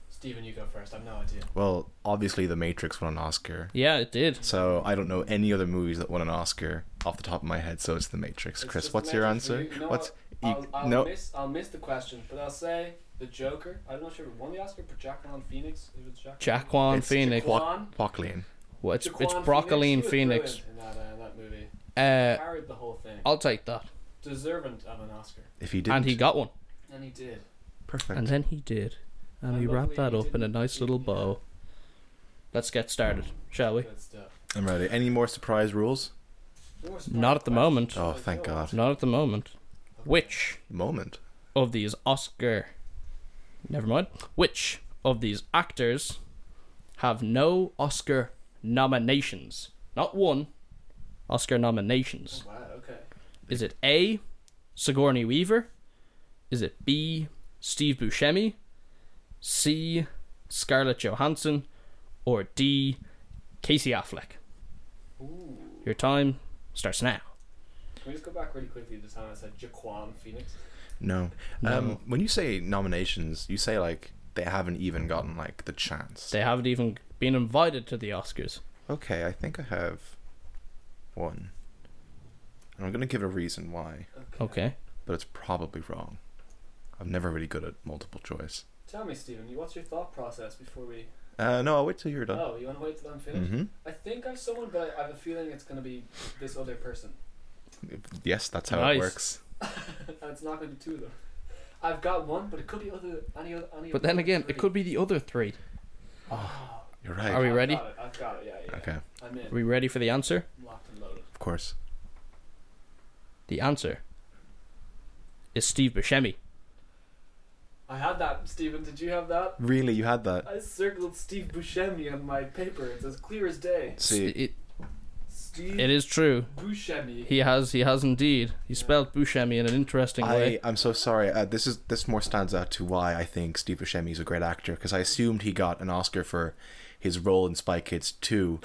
S2: Steven, you go first. I've no idea.
S3: Well, obviously, The Matrix won an Oscar.
S1: Yeah, it did.
S3: So I don't know any other movies that won an Oscar off the top of my head. So it's The Matrix.
S2: It's
S3: Chris,
S2: just The
S3: what's your
S2: Matrix for
S3: answer?
S2: you. You know
S3: what's
S2: I'll,
S3: you,
S2: I'll
S3: no?
S2: miss I'll miss the question, but I'll say the Joker. I'm not sure if it won the Oscar, but Jaquan Phoenix. It was Jaquan.
S1: Jaquan
S3: It's
S1: Phoenix.
S2: Jaquan-
S1: What?
S2: Quan-
S3: Quacklin.
S1: It's it's
S2: Jaquan
S1: broccoli and
S2: He was brilliant
S1: Phoenix.
S2: in that, uh, that movie.
S1: Uh,
S2: Carried the whole thing.
S1: I'll take that.
S2: Deserving of an Oscar,
S3: If he did,
S1: And he got one.
S2: and he did.
S3: perfect.
S1: And then he did. And
S2: And
S1: he wrapped
S2: luckily
S1: that up
S2: he
S1: in a
S2: didn't-
S1: nice little
S2: yeah.
S1: bow. Let's get started, shall we?
S2: Good stuff.
S3: I'm ready. Any more surprise rules?
S2: More smart
S1: Not at the
S2: questions.
S1: moment.
S3: Oh,
S2: Like,
S3: thank
S2: no,
S3: God.
S1: Not at the moment.
S2: okay.
S1: Which
S3: Moment.
S1: of these Oscar. Never mind. Which of these actors have no Oscar nominations? Not one, Oscar nominations.
S2: Oh, wow. Okay.
S1: Is it A, Sigourney Weaver? Is it B, Steve Buscemi? C, Scarlett Johansson? Or D, Casey Affleck?
S2: Ooh.
S1: Your time starts now.
S2: Can we just go back really quickly to the time I said Jaquan Phoenix?
S3: No. Um,
S1: No.
S3: when you say nominations, you say like they haven't even gotten like the chance.
S1: They haven't even been invited to the Oscars.
S3: Okay, I think I have one. And I'm gonna give a reason why,
S1: Okay.
S3: but it's probably wrong. I'm never really good at multiple choice.
S2: Tell me, Stephen, you- what's your thought process before we?
S3: Uh, no, I'll wait till you're done.
S2: Oh, you want to wait till I'm finished?
S3: hmm
S1: Mm-hmm.
S2: I think I have someone, but I have a feeling it's going to be this other person.
S3: Yes, that's how
S1: Nice.
S3: it works.
S2: and it's not going to be two of them. I've got one, but it could be other any other. Any
S1: But
S2: other
S1: then again, it
S2: three.
S1: could be the other three.
S2: Oh,
S3: You're right.
S1: Are we
S2: I've
S1: ready?
S2: Got it, I've got it. Yeah, yeah.
S3: Okay,
S2: I'm in.
S1: Are we ready for the answer?
S2: Locked and loaded.
S3: of course.
S1: The answer is Steve Buscemi.
S2: I had that, Stephen. Did you have that?
S3: Really, you had that.
S2: I circled Steve Buscemi on my paper. It's as clear as day.
S3: See,
S1: It,
S2: Steve
S1: it is true.
S2: Buscemi.
S1: He has he has indeed. He spelled Buscemi in an interesting
S3: I
S1: way.
S3: I'm so sorry. Uh, this is this more stands out to why I think Steve Buscemi is a great actor because I assumed he got an Oscar for his role in Spy Kids 2,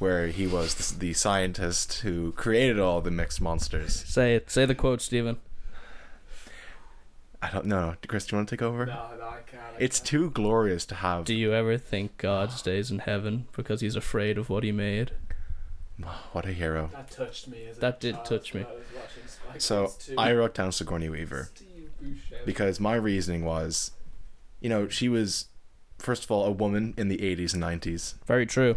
S3: where he was the, the scientist who created all the mixed monsters.
S1: Say it. Say the quote, Stephen.
S3: I don't know. Chris, do you want to take over?
S2: No, no, I can't. I
S3: It's
S2: can't.
S3: too glorious to have.
S1: Do you ever think God stays in heaven because he's afraid of what he made?
S3: What a hero.
S2: That touched me. As a
S1: That did
S2: child
S1: touch me.
S2: when I was watching Spy
S3: So
S2: Kids 2.
S3: I wrote down Sigourney Weaver.
S2: Steve Buscemi.
S3: because my reasoning was, you know, she was first of all a woman in the 80s and 90s,
S1: Very true.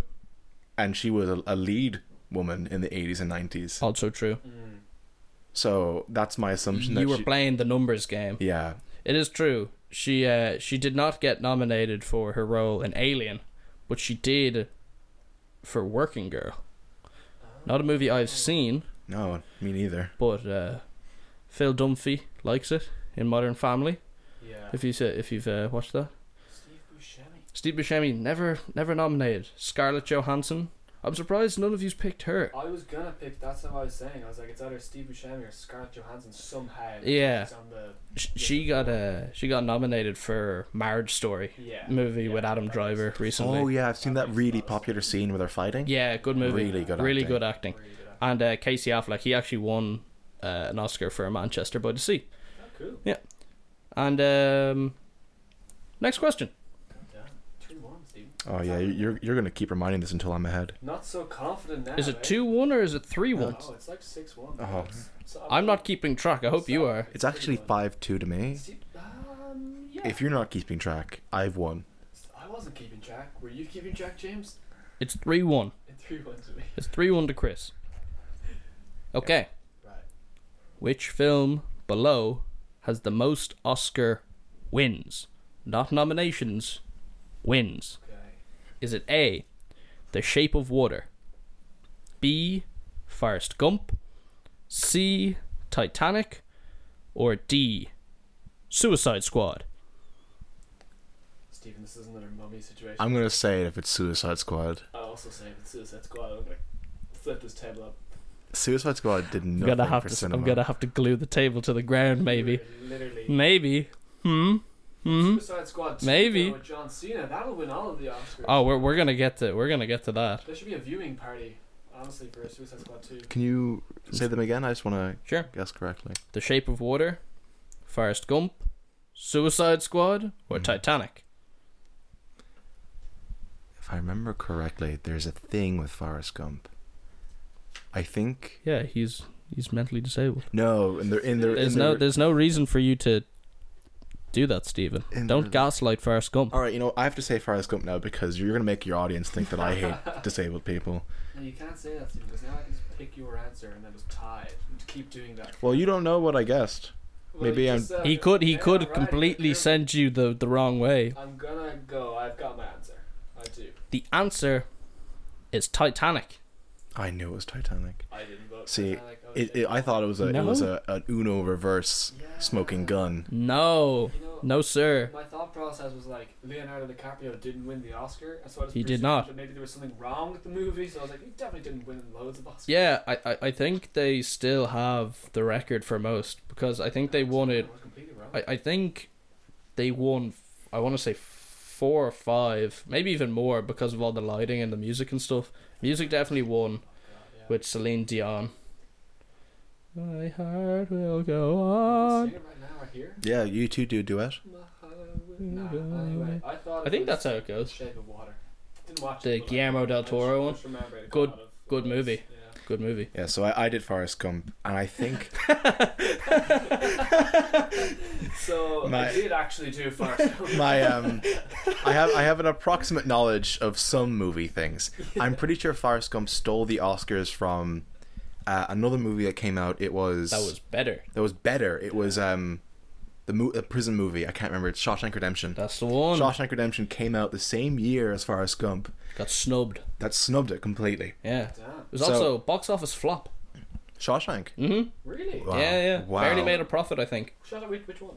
S3: and she was a, a lead woman in the 80s and 90s.
S1: Also true.
S2: Mm.
S3: So that's my assumption.
S1: You
S3: that
S1: were
S3: she,
S1: playing the numbers game.
S3: yeah,
S1: It is true. She uh, she did not get nominated for her role in Alien, but she did for Working Girl. Not a movie I've seen,
S3: no, me neither.
S1: but uh, Phil Dunphy likes it in Modern Family.
S2: Oh, Yeah.
S1: If you uh, if you've uh, watched that,
S2: Steve Buscemi.
S1: Steve Buscemi never never nominated. Scarlett Johansson. I'm surprised none of you's picked her.
S2: I was gonna pick. That's what I was saying. I was like, it's either Steve Buscemi or Scarlett Johansson somehow.
S1: Yeah.
S2: It's on the
S1: Sh- She got uh, she got nominated for Marriage Story
S2: yeah
S1: movie
S2: yeah,
S1: with Adam
S2: that
S1: Driver
S2: was
S1: recently.
S3: Oh yeah, I've seen that really popular scene where they're fighting.
S1: Yeah, good movie.
S3: Really good
S1: Really
S3: acting.
S1: good acting.
S2: really good.
S1: And uh, Casey Affleck, he actually won uh, an Oscar for Manchester by the Sea.
S2: Oh, cool.
S1: And um, next question.
S2: Yeah. Two one, Steve.
S3: Oh yeah, you're you're gonna keep reminding this until I'm ahead.
S2: Not so confident now.
S1: Is
S2: eh?
S1: it 2 1 or is it 3 1?
S2: No, it's like six one.
S3: Oh.
S1: I'm not keeping track. I hope you are.
S3: It's actually five two to me.
S2: Um, yeah.
S3: If you're not keeping track, I've won.
S2: I wasn't keeping track. Were you keeping track, James?
S1: It's 3 1.
S2: It three one to me.
S1: It's 3 1 to Chris. Okay.
S2: Right.
S1: Which film below has the most Oscar wins? Not nominations, wins.
S2: Okay.
S1: Is it A, The Shape of Water? B, Forrest Gump? C, Titanic? Or D, Suicide Squad?
S2: Stephen, this is another mummy situation.
S3: I'm gonna say it if it's Suicide Squad.
S2: I also say if it's Suicide Squad, I'm gonna flip this table up.
S3: Suicide Squad did
S1: I'm
S3: nothing
S1: gonna have
S3: for
S1: to.
S3: cinema.
S1: I'm gonna have to glue the table to the ground. Maybe.
S2: You're Literally.
S1: Maybe. Hmm. Hmm.
S2: Suicide Squad. 2,
S1: Maybe.
S2: though, With John Cena, that'll win all of the Oscars.
S1: Oh, we're we're gonna get to we're gonna get to that.
S2: There should be a viewing party, honestly, for Suicide Squad 2.
S3: Can you say them again? I just want to
S1: Sure.
S3: guess correctly.
S1: The Shape of Water, Forrest Gump, Suicide Squad, or
S3: Mhm.
S1: Titanic.
S3: If I remember correctly, there's a thing with Forrest Gump. I think
S1: Yeah, he's he's mentally disabled.
S3: no, and they're in their.
S1: There's
S3: in
S1: no
S3: their-
S1: there's no reason for you to do that, Stephen.
S3: in
S1: Don't
S3: their-
S1: gaslight Forrest Gump.
S3: All right, you know I have to say Forrest Gump now because you're gonna make your audience think that I hate disabled people.
S2: No, you can't say that, Stephen, because now I can just pick your answer and then just tie it and keep doing that.
S3: Well, you don't know what I guessed.
S2: Well,
S3: maybe
S2: you
S3: I'm-
S2: just, uh,
S1: He could he
S2: yeah,
S1: could
S2: right,
S1: completely
S2: you're-
S1: send you the the wrong way.
S2: I'm gonna go. I've got my answer. I do.
S1: The answer is Titanic.
S3: I knew it was Titanic.
S2: I didn't vote.
S3: See,
S2: for Titanic, I was
S3: It, it, I thought it was a it was
S1: No.
S3: a an Uno reverse
S2: Yeah.
S3: smoking gun.
S1: No.
S2: You know,
S1: No sir.
S2: my thought process was like Leonardo DiCaprio didn't win the Oscar, and so I just
S1: He did
S2: presumed
S1: not.
S2: That maybe there was something wrong with the movie, so I was like, he definitely didn't win loads of Oscars.
S1: Yeah, I, I, I think they still have the record for most because I think they won it.
S2: I was completely wrong.
S1: I, I think they won, I want to say four or five, maybe even more because of all the lighting and the music and stuff. Music definitely won
S2: God, yeah.
S1: with Celine Dion. My heart will go
S2: Can we
S1: on.
S2: sing it right now, right here.
S3: Yeah, you two do a duet.
S2: My highway- Nah, anyway, I thought.
S1: I
S2: it
S1: think
S2: was-
S1: that's how it goes.
S2: Shape of Water. Didn't watch
S1: The
S2: it, but I-
S1: Guillermo del
S2: I just-
S1: Toro
S2: I
S1: one.
S2: just remember it
S1: Good-
S2: out of the
S1: good
S2: list,
S1: movie.
S2: yeah.
S1: Good movie.
S3: Yeah, so I, I did Forrest Gump, and I think
S2: So
S3: My-
S2: I did actually do Forrest Gump.
S3: my um, I have I have an approximate knowledge of some movie things. I'm pretty sure Forrest Gump stole the Oscars from uh, another movie that came out. It was
S1: That was better.
S3: that was better. It was um, the mo- a prison movie. I can't remember. It's Shawshank Redemption.
S1: That's the one.
S3: Shawshank Redemption came out the same year as Forrest Gump.
S1: Got snubbed.
S3: That snubbed it completely.
S1: Yeah. It
S2: Damn,
S1: was
S3: So-
S1: also box office flop.
S3: Shawshank.
S1: Mm-hmm.
S2: really?
S3: Wow.
S1: Yeah, yeah.
S3: Wow.
S1: Barely made a profit, I think.
S2: Shut up. Which, which one?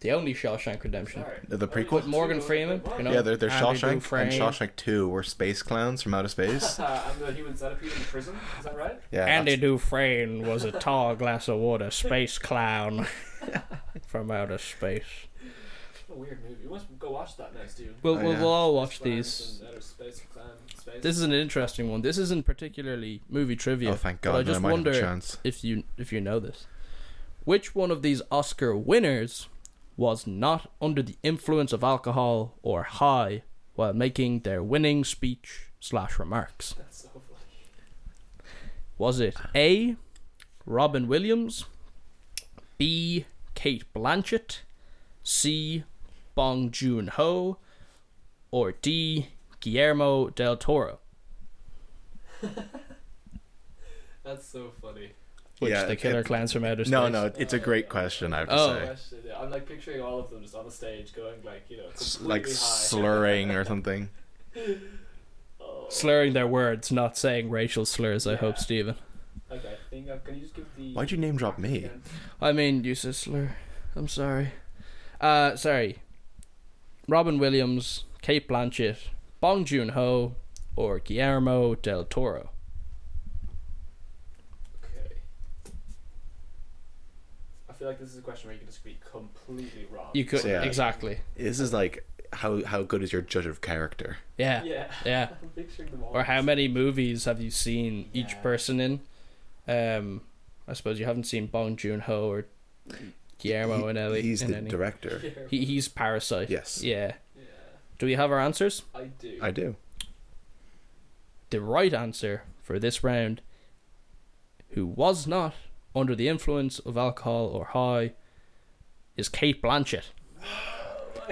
S1: The only Shawshank Redemption.
S2: Sorry.
S3: The- the
S2: Only
S3: prequel?
S1: With
S2: just
S1: Morgan
S2: two, like,
S1: Freeman,
S2: what?
S1: you know?
S3: yeah, they're, they're
S1: Andy
S3: Shawshank
S1: Dufresne.
S3: and Shawshank 2 were space clowns from outer space.
S2: uh, I'm the human centipede in prison. Is that right?
S3: Yeah,
S1: Andy
S3: that's-
S1: Dufresne was a tall glass of water space clown from outer space.
S2: What a weird movie. You must go watch that next, dude.
S1: We'll,
S3: Oh,
S1: we'll,
S3: yeah.
S1: we'll all watch
S2: Plants
S1: these.
S2: and outer space, clan, space.
S1: This is an interesting one. This isn't particularly movie trivia.
S3: Oh, thank
S1: but
S3: God!
S1: I
S3: then I
S1: just
S3: might have a
S1: wonder
S3: chance.
S1: if you if you know this. Which one of these Oscar winners was not under the influence of alcohol or high while making their winning speech slash remarks?
S2: That's so funny.
S1: Was it A. Robin Williams, B. Kate Blanchett, C. Bong Joon Ho, or D. Guillermo del Toro?
S2: That's so funny.
S1: Which
S3: Yeah,
S1: the killer
S3: it-
S1: clowns from outer space.
S3: No, no, it's a great question. I have to
S1: Oh.
S3: say,
S2: Question. I'm like picturing all of them just on the stage going like, you know,
S3: S-
S2: completely
S3: like
S2: high.
S3: slurring or something.
S2: oh.
S1: Slurring their words, not saying racial slurs, I
S2: Yeah.
S1: hope, Stephen.
S2: Okay, I think i can you just give the
S3: Why'd you name drop me?
S2: Again.
S1: I mean, use a slur. I'm sorry. Uh, sorry. Robin Williams, Kate Blanchett, Bong Joon Ho, or Guillermo del Toro?
S2: Okay. I feel like this is a question where you can just be completely wrong.
S1: You could,
S3: So, yeah.
S1: exactly.
S3: This is like how how good is your judge of character?
S1: Yeah.
S2: Yeah.
S1: Yeah.
S2: I'm picturing them all.
S1: Or how many movies have you seen each
S2: Yeah.
S1: person in? Um, I suppose you haven't seen Bong Joon Ho or Guillermo
S3: He-
S1: and Ellie.
S3: He's
S1: Oh, in
S3: the
S1: any.
S3: director.
S2: Yeah.
S1: he, he's Parasite.
S3: Yes.
S1: Yeah.
S2: yeah.
S1: Do we have our answers?
S2: I do.
S3: I do.
S1: The right answer for this round, who was not under the influence of alcohol or high, is Kate Blanchett.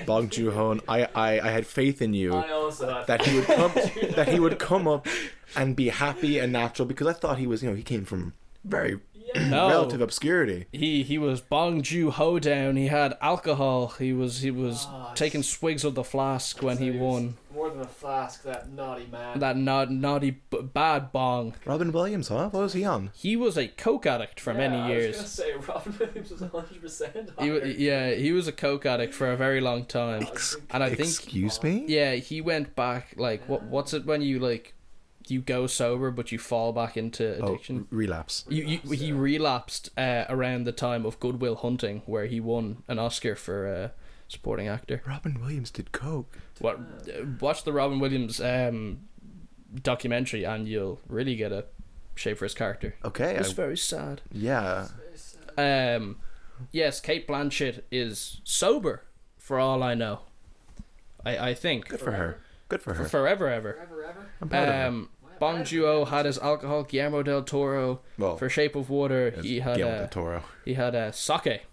S3: Bong Joon Ho, I, I I had faith in you
S2: I also had
S3: that he would come that he would come up and be happy and natural because I thought he was you know he came from very
S2: Yeah.
S1: No.
S3: relative obscurity.
S1: He he was Bong Joo Ho down. He had alcohol. He was he was
S2: Ah,
S1: taking swigs of the flask when
S2: so
S1: he
S2: was
S1: won.
S2: More than a flask, that naughty man.
S1: That na- naughty b- bad Bong.
S3: Robin Williams, huh? What was he on?
S1: He was a coke addict for
S2: Yeah,
S1: many
S2: I was
S1: years.
S2: gonna say Robin Williams was 100 percent
S1: He, wa- yeah, he was a coke addict for a very long time, and I think
S3: Excuse me.
S1: yeah, he went back like what what's it when you like you go sober but you fall back into
S3: Oh,
S1: addiction.
S3: relapse.
S1: you, you,
S2: relapse,
S1: he
S2: yeah.
S1: relapsed uh, around the time of Goodwill Hunting, where he won an Oscar for uh, supporting actor.
S3: Robin Williams did coke.
S1: What?
S3: Oh.
S1: uh, Watch the Robin Williams um, documentary, and you'll really get a shape for his character.
S3: Okay.
S1: It's
S3: I,
S1: very sad.
S3: yeah.
S2: uh,
S1: Um, yes, Kate Blanchett is sober, for all I know. I, I think
S3: Good for her. Good for
S1: for
S3: her.
S1: forever ever.
S2: Forever, ever.
S3: I'm proud of her.
S1: Um, Bong Joon-ho had his alcohol. Guillermo del Toro
S3: Well,
S1: for Shape of Water.
S3: it's
S1: He had
S3: Oh. Guillermo del
S1: uh,
S3: Toro.
S1: he had uh, sake.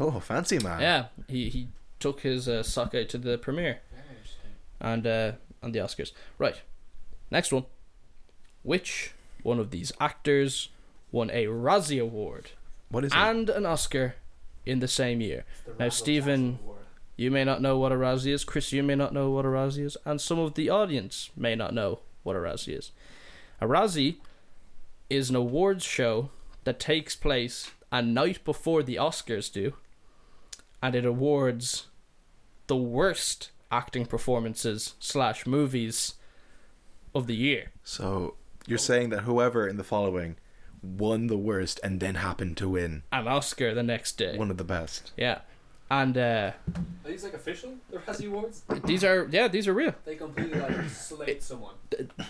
S3: Oh, fancy man.
S1: Yeah, he he took his uh, sake to the premiere. and uh, and the Oscars. Right. Next one. Which one of these actors won a Razzie Award
S3: What is it?
S1: and an Oscar in the same year? Now, Stephen- You may not know what a Razzie is. Chris, you may not know what a Razzie is, and some of the audience may not know what a Razzie is. A Razzie is an awards show that takes place a night before the Oscars do, and it awards the worst acting performances slash movies of the year.
S3: So you're saying that whoever in the following won the worst and then happened to win
S1: An Oscar the next day.
S3: one of the best.
S1: Yeah, and uh,
S2: Are these like official? The Razzie Awards?
S1: these are yeah these are real.
S2: They completely like slayed someone.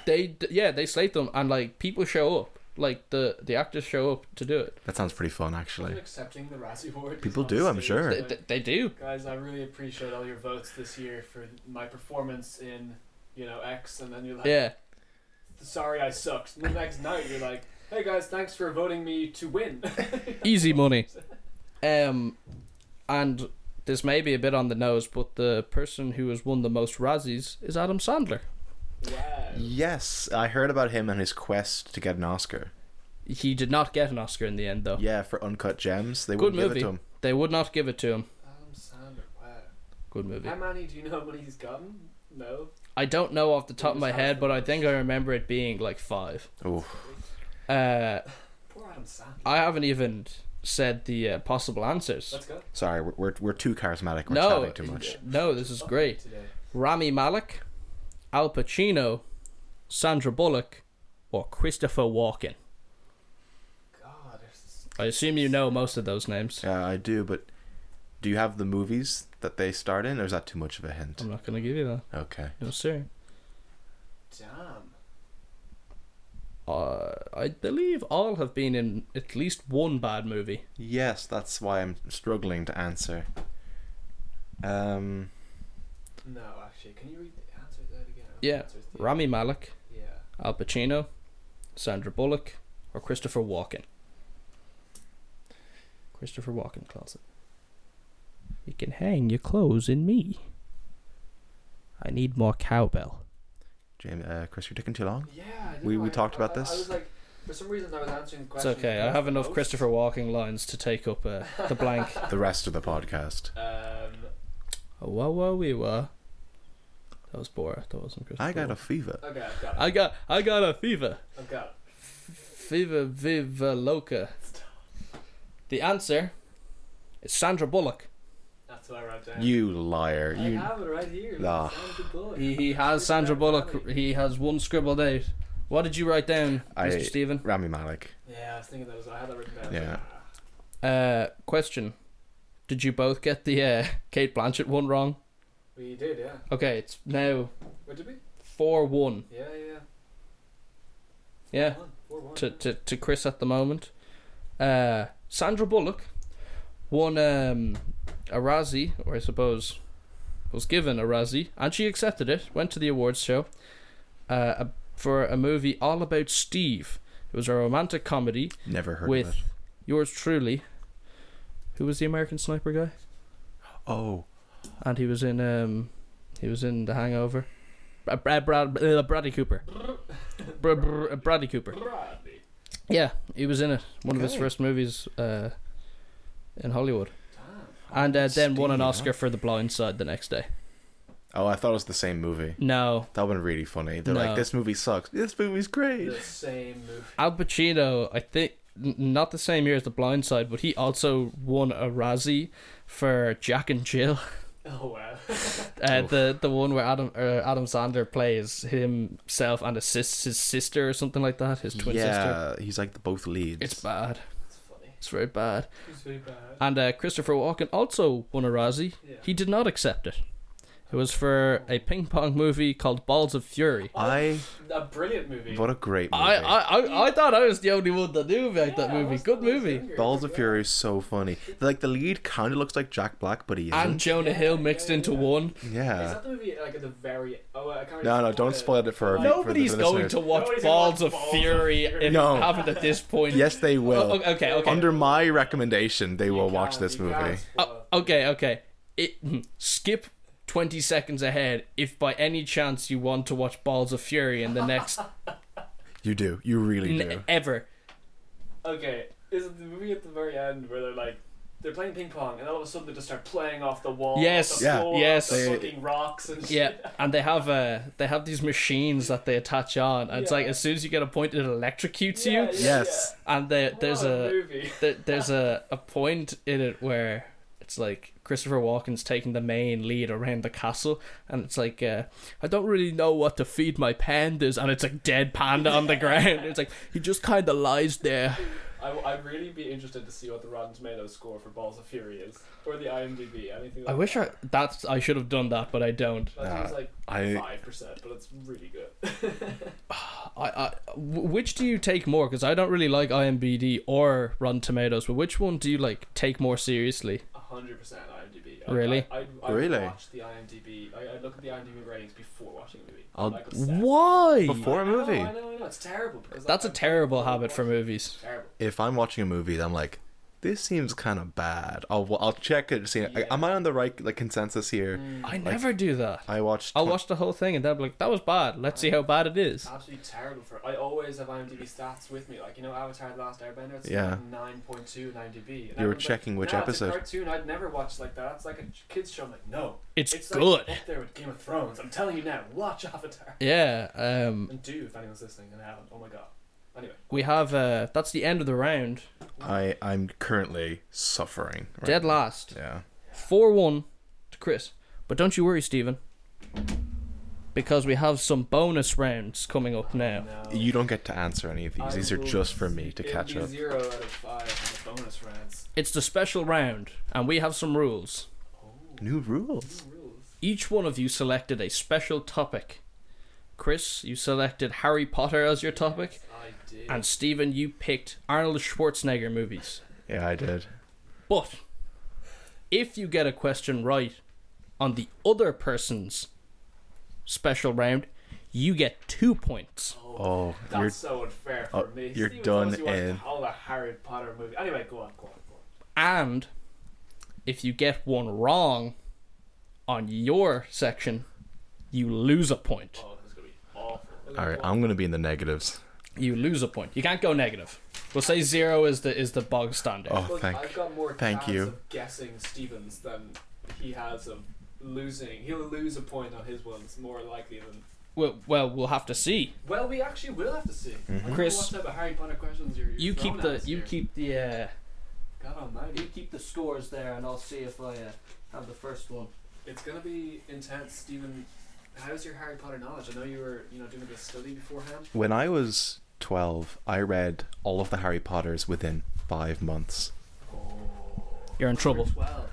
S1: They d- yeah they slate them and like people show up like the the actors show up to do it.
S3: That sounds pretty fun,
S2: Imagine
S3: actually.
S2: accepting the Razzie Award.
S3: People
S2: on
S3: do, I'm
S2: stage,
S3: sure.
S1: They,
S2: like,
S1: they, they do.
S2: Guys, I really appreciate all your votes this year for my performance in, you know, X, and then you're like,
S1: Yeah.
S2: sorry I sucked. And the next night you're like, hey guys, thanks for voting me to win.
S1: Easy money. Um, and this may be a bit on the nose, but the person who has won the most Razzies is Adam Sandler.
S2: wow.
S3: Yes, I heard about him and his quest to get an Oscar.
S1: He did not get an Oscar in the end, though.
S3: Yeah, for Uncut Gems, they
S1: Oh. Good
S3: wouldn't give it
S1: movie.
S3: to him.
S1: They would not give it to him.
S2: Adam Sandler, wow.
S1: Good movie.
S2: How many do you know how many he's gotten? No?
S1: I don't know off the top of
S2: was
S1: my
S2: Adam
S1: head, but I
S2: Sandler's?
S1: think I remember it being like five.
S3: Oh,
S1: Uh,
S2: Poor Adam Sandler.
S1: I haven't even said the uh, possible answers.
S2: Let's go.
S3: Sorry, we're, we're, we're too charismatic. We're
S1: no,
S3: chatting too much.
S1: no, this is great.
S2: Today.
S1: Rami Malek, Al Pacino, Sandra Bullock, or Christopher Walken.
S2: God, there's this-
S1: I assume you know most of those names.
S3: Uh, I do, but do you have the movies that they starred in, or is that too much of a hint?
S1: I'm not gonna give you that.
S3: Okay.
S1: No sir.
S2: damn.
S1: Uh, I believe all have been in at least one bad movie.
S3: Yes, that's why I'm struggling to answer. Um,
S2: No, actually, can you read the answer to that again? I don't
S1: Yeah.
S2: think the answer is the-
S1: Rami Malek,
S2: Yeah.
S1: Al Pacino, Sandra Bullock, or Christopher Walken. Christopher Walken closet. You can hang your clothes in me. I need more cowbell.
S3: James, uh, Chris, you're taking too long.
S2: Yeah. you
S3: We-
S2: know,
S3: we
S2: I-
S3: talked about
S2: I- I- I
S3: this.
S2: was like, for some reason, I was answering the
S1: It's
S2: question.
S1: okay. I have enough
S2: most.
S1: Christopher Walken lines to take up uh, the blank.
S3: The rest of the podcast.
S2: Um,
S1: oh, wow, wow, we were. That was Bora. That wasn't Christopher.
S3: I got a
S1: Walken.
S3: fever.
S2: okay, I've got it.
S1: I got. I got a fever.
S2: I've got it.
S1: Viva Viva Loca. The answer is Sandra Bullock.
S2: That's what I wrote down.
S3: You
S2: I
S3: liar! You
S2: have it right here.
S3: Nah.
S2: Sounds good boy.
S1: He, he has
S2: It's
S1: Sandra
S2: back
S1: Bullock.
S2: alley.
S1: He has one scribbled out. What did you write down,
S3: I-
S1: Mr. Stephen?
S3: Rami Malik.
S2: Yeah, I was thinking that was. I had that written down.
S3: Yeah.
S1: Uh, question. Did you both get the uh, Kate Blanchett one wrong?
S2: We did, yeah.
S1: Okay, it's now
S2: What did we?
S1: 4 1.
S2: Yeah, yeah.
S1: Yeah,
S2: One, four, one,
S1: to,
S2: yeah.
S1: to, to Chris at the moment. Uh, Sandra Bullock won um, a Razzie, or I suppose was given a Razzie, and she accepted it. Went to the awards show uh, a- for a movie all about Steve. It was a romantic comedy
S3: Never heard
S1: with
S3: of it.
S1: yours truly, who was the American sniper guy,
S3: Oh,
S1: and he was in um, he was in The Hangover. Bra- Bra- Brad, uh, Bradley Cooper. Br- br- Bradley Cooper.
S2: Bradley.
S1: Yeah, he was in it. One of his
S3: Okay.
S1: first movies uh, in Hollywood.
S2: Damn.
S1: And uh, then won an
S3: Steve,
S1: Oscar for The Blind Side the next day.
S3: oh! I thought it was the same movie.
S1: No,
S3: That would really funny. They're
S1: No.
S3: like, this movie sucks. This movie's great.
S2: The same movie.
S1: Al Pacino, I think, n- not the same year as The Blind Side, but he also won a Razzie for Jack and Jill.
S2: Oh wow.
S1: Uh,
S3: Oof.
S1: the the one where Adam uh, Adam Sandler plays himself and assists his sister or something like that, his twin sister.
S3: yeah, he's like the both leads.
S1: It's bad.
S2: That's funny.
S1: It's very bad.
S2: It's really bad.
S1: And uh, Christopher Walken also won a Razzie.
S2: Yeah.
S1: He did not accept it. It was for a ping pong movie called Balls of Fury.
S3: I.
S2: A brilliant movie.
S3: What a great movie.
S1: I, I, I, I thought I was the only one that knew about
S2: Yeah,
S1: that
S2: I
S1: movie.
S2: was- I
S1: Good
S2: was
S1: movie.
S2: younger,
S3: Balls of
S2: yeah.
S3: Fury is so funny. Like the lead kind of looks like Jack Black, but he isn't.
S1: And Jonah
S2: Yeah,
S1: Hill
S2: yeah,
S1: mixed
S2: yeah,
S1: into
S2: yeah.
S1: one.
S2: Is
S3: yeah.
S2: that the movie like at the very? Oh, I can't.
S3: No,
S2: really
S3: no, don't spoil it for.
S2: Like,
S3: for the
S1: Nobody's going
S3: listeners.
S1: to watch
S2: Nobody's gonna
S1: Balls
S2: watch
S1: of
S2: Balls of
S1: Fury
S2: Fury.
S1: if
S3: No.
S1: it happened at this point.
S3: Yes, they will.
S1: O- o- Oh, okay, okay.
S3: Under my recommendation, they will
S2: You
S3: watch
S2: can't-
S3: this
S2: you can't
S3: movie.
S1: Oh,
S2: spoil it.
S1: okay, okay. It, mm, skip 20 seconds ahead if by any chance you want to watch Balls of Fury in the next
S3: You do. You really do.
S1: n- ever.
S2: Okay, is it the movie at the very end where they're like they're playing ping pong and all of a sudden they just start playing off the wall,
S1: Yes,
S2: off the
S3: Yeah.
S2: floor,
S1: yes.
S2: off the
S3: They-
S2: fucking rocks and shit.
S1: Yeah, and they have uh, they have these machines that they attach on. And It's like
S2: Yeah.
S1: as soon as you get a point, it electrocutes you.
S2: Yeah, yeah,
S3: Yes.
S1: And there,
S2: yeah.
S1: there's
S2: What
S1: a
S2: movie.
S1: there, there's a, a point in it where it's like Christopher Walken's taking the main lead around the castle, and it's like uh, I don't really know what to feed my pandas, and it's like dead panda on the ground. It's like he just kind of lies there.
S2: I would really be interested to see what the Rotten Tomatoes score for Balls of Fury is, or the IMDb. Anything.
S1: I
S2: like
S1: wish
S2: that.
S1: I that's I should have done that, but I don't.
S2: I think it's
S3: Uh,
S2: like
S3: I
S2: five percent, but it's really good.
S1: I, I w- which do you take more? Because I don't really like IMBD or Rotten Tomatoes, but which one do you like take more seriously?
S2: A hundred percent IMDb.
S1: Really?
S2: I, I, I, I
S3: Really?
S2: watch the IMDb. I, I look at the IMDb ratings before watching a movie.
S3: I'll-
S2: I'm, like, obsessed.
S1: Why?
S3: before
S2: I
S3: a
S2: know,
S3: movie.
S2: I know, I know. It's terrible. Because
S1: That's a
S2: a
S1: terrible habit for movies.
S2: Terrible.
S3: If I'm watching a movie, then I'm like, this seems kind of bad. I'll I'll check it. See,
S2: Yeah.
S3: am I on the right like consensus here?
S1: I never do that.
S3: I watched.
S1: I'll watch the whole thing and then be like, that was bad. Let's see how bad it is.
S2: Absolutely terrible for. I always have IMDb stats with me. Like you know, Avatar: The Last Airbender. It's
S3: Yeah.
S2: like nine point two in IMDb. And
S3: You were
S2: everyone's
S3: checking
S2: like,
S3: which
S2: nah,
S3: episode."
S2: It's a cartoon. I'd never watch like that. It's like a kids show. I'm like, no.
S1: It's,
S2: like
S1: good.
S2: up there with Game of Thrones. I'm telling you now. Watch Avatar.
S1: yeah. Um.
S2: And do if anyone's listening and haven't. Oh my god. I Anyway,
S1: We have uh, that's the end of the round.
S3: I I'm currently suffering. right
S1: Dead
S3: now.
S1: last.
S3: Yeah.
S1: Four one to Chris. But don't you worry, Stephen. Because we have some bonus rounds coming up now.
S2: no.
S3: You don't get to answer any of these.
S2: I
S3: These are
S2: will
S3: just for me to
S2: give
S3: catch
S2: you
S3: up.
S2: Zero out of five on the bonus rounds.
S1: It's the special round, and we have some rules.
S3: New rules.
S2: New rules.
S1: Each one of you selected a special topic. Chris, you selected Harry Potter as your topic,
S2: I did.
S1: and Stephen, you picked Arnold Schwarzenegger movies.
S3: Yeah, I did.
S1: But if you get a question right on the other person's special round, you get two points.
S3: Oh,
S2: That's
S3: you're
S2: so unfair
S3: oh,
S2: for me.
S3: you're
S2: Steven
S3: done
S2: tells you watched
S3: in.
S2: all the Harry Potter movie. Anyway, go on, go on, go on.
S1: And if you get one wrong on your section, you lose a point.
S2: Oh, this is gonna be awful. Look at
S3: all right.
S2: what-
S3: I'm gonna be in the negatives.
S1: You lose a point. You can't go negative. We'll say zero is the is the bog standard.
S3: Oh,
S2: Look,
S3: thank.
S2: I've got more
S3: thank
S2: chance
S3: you.
S2: of guessing Stevens than he has of losing. He'll lose a point on his ones more likely than.
S1: Well, well, we'll have to see.
S2: Well, we actually will have to see. I don't know
S1: Chris,
S2: what type of Harry Potter questions you're, you're
S1: You
S2: throwing
S1: keep
S2: at
S1: the
S2: us
S1: you
S2: here.
S1: keep the uh,
S2: God Almighty,
S4: keep the scores there, and I'll see if I uh, have the first one.
S2: it's gonna be intense, Stephen. How's your Harry Potter knowledge? I know you were, you know, doing a study beforehand.
S3: When I was twelve, I read all of the Harry Potters within five months.
S1: you're in Oh. trouble.
S2: You're 12.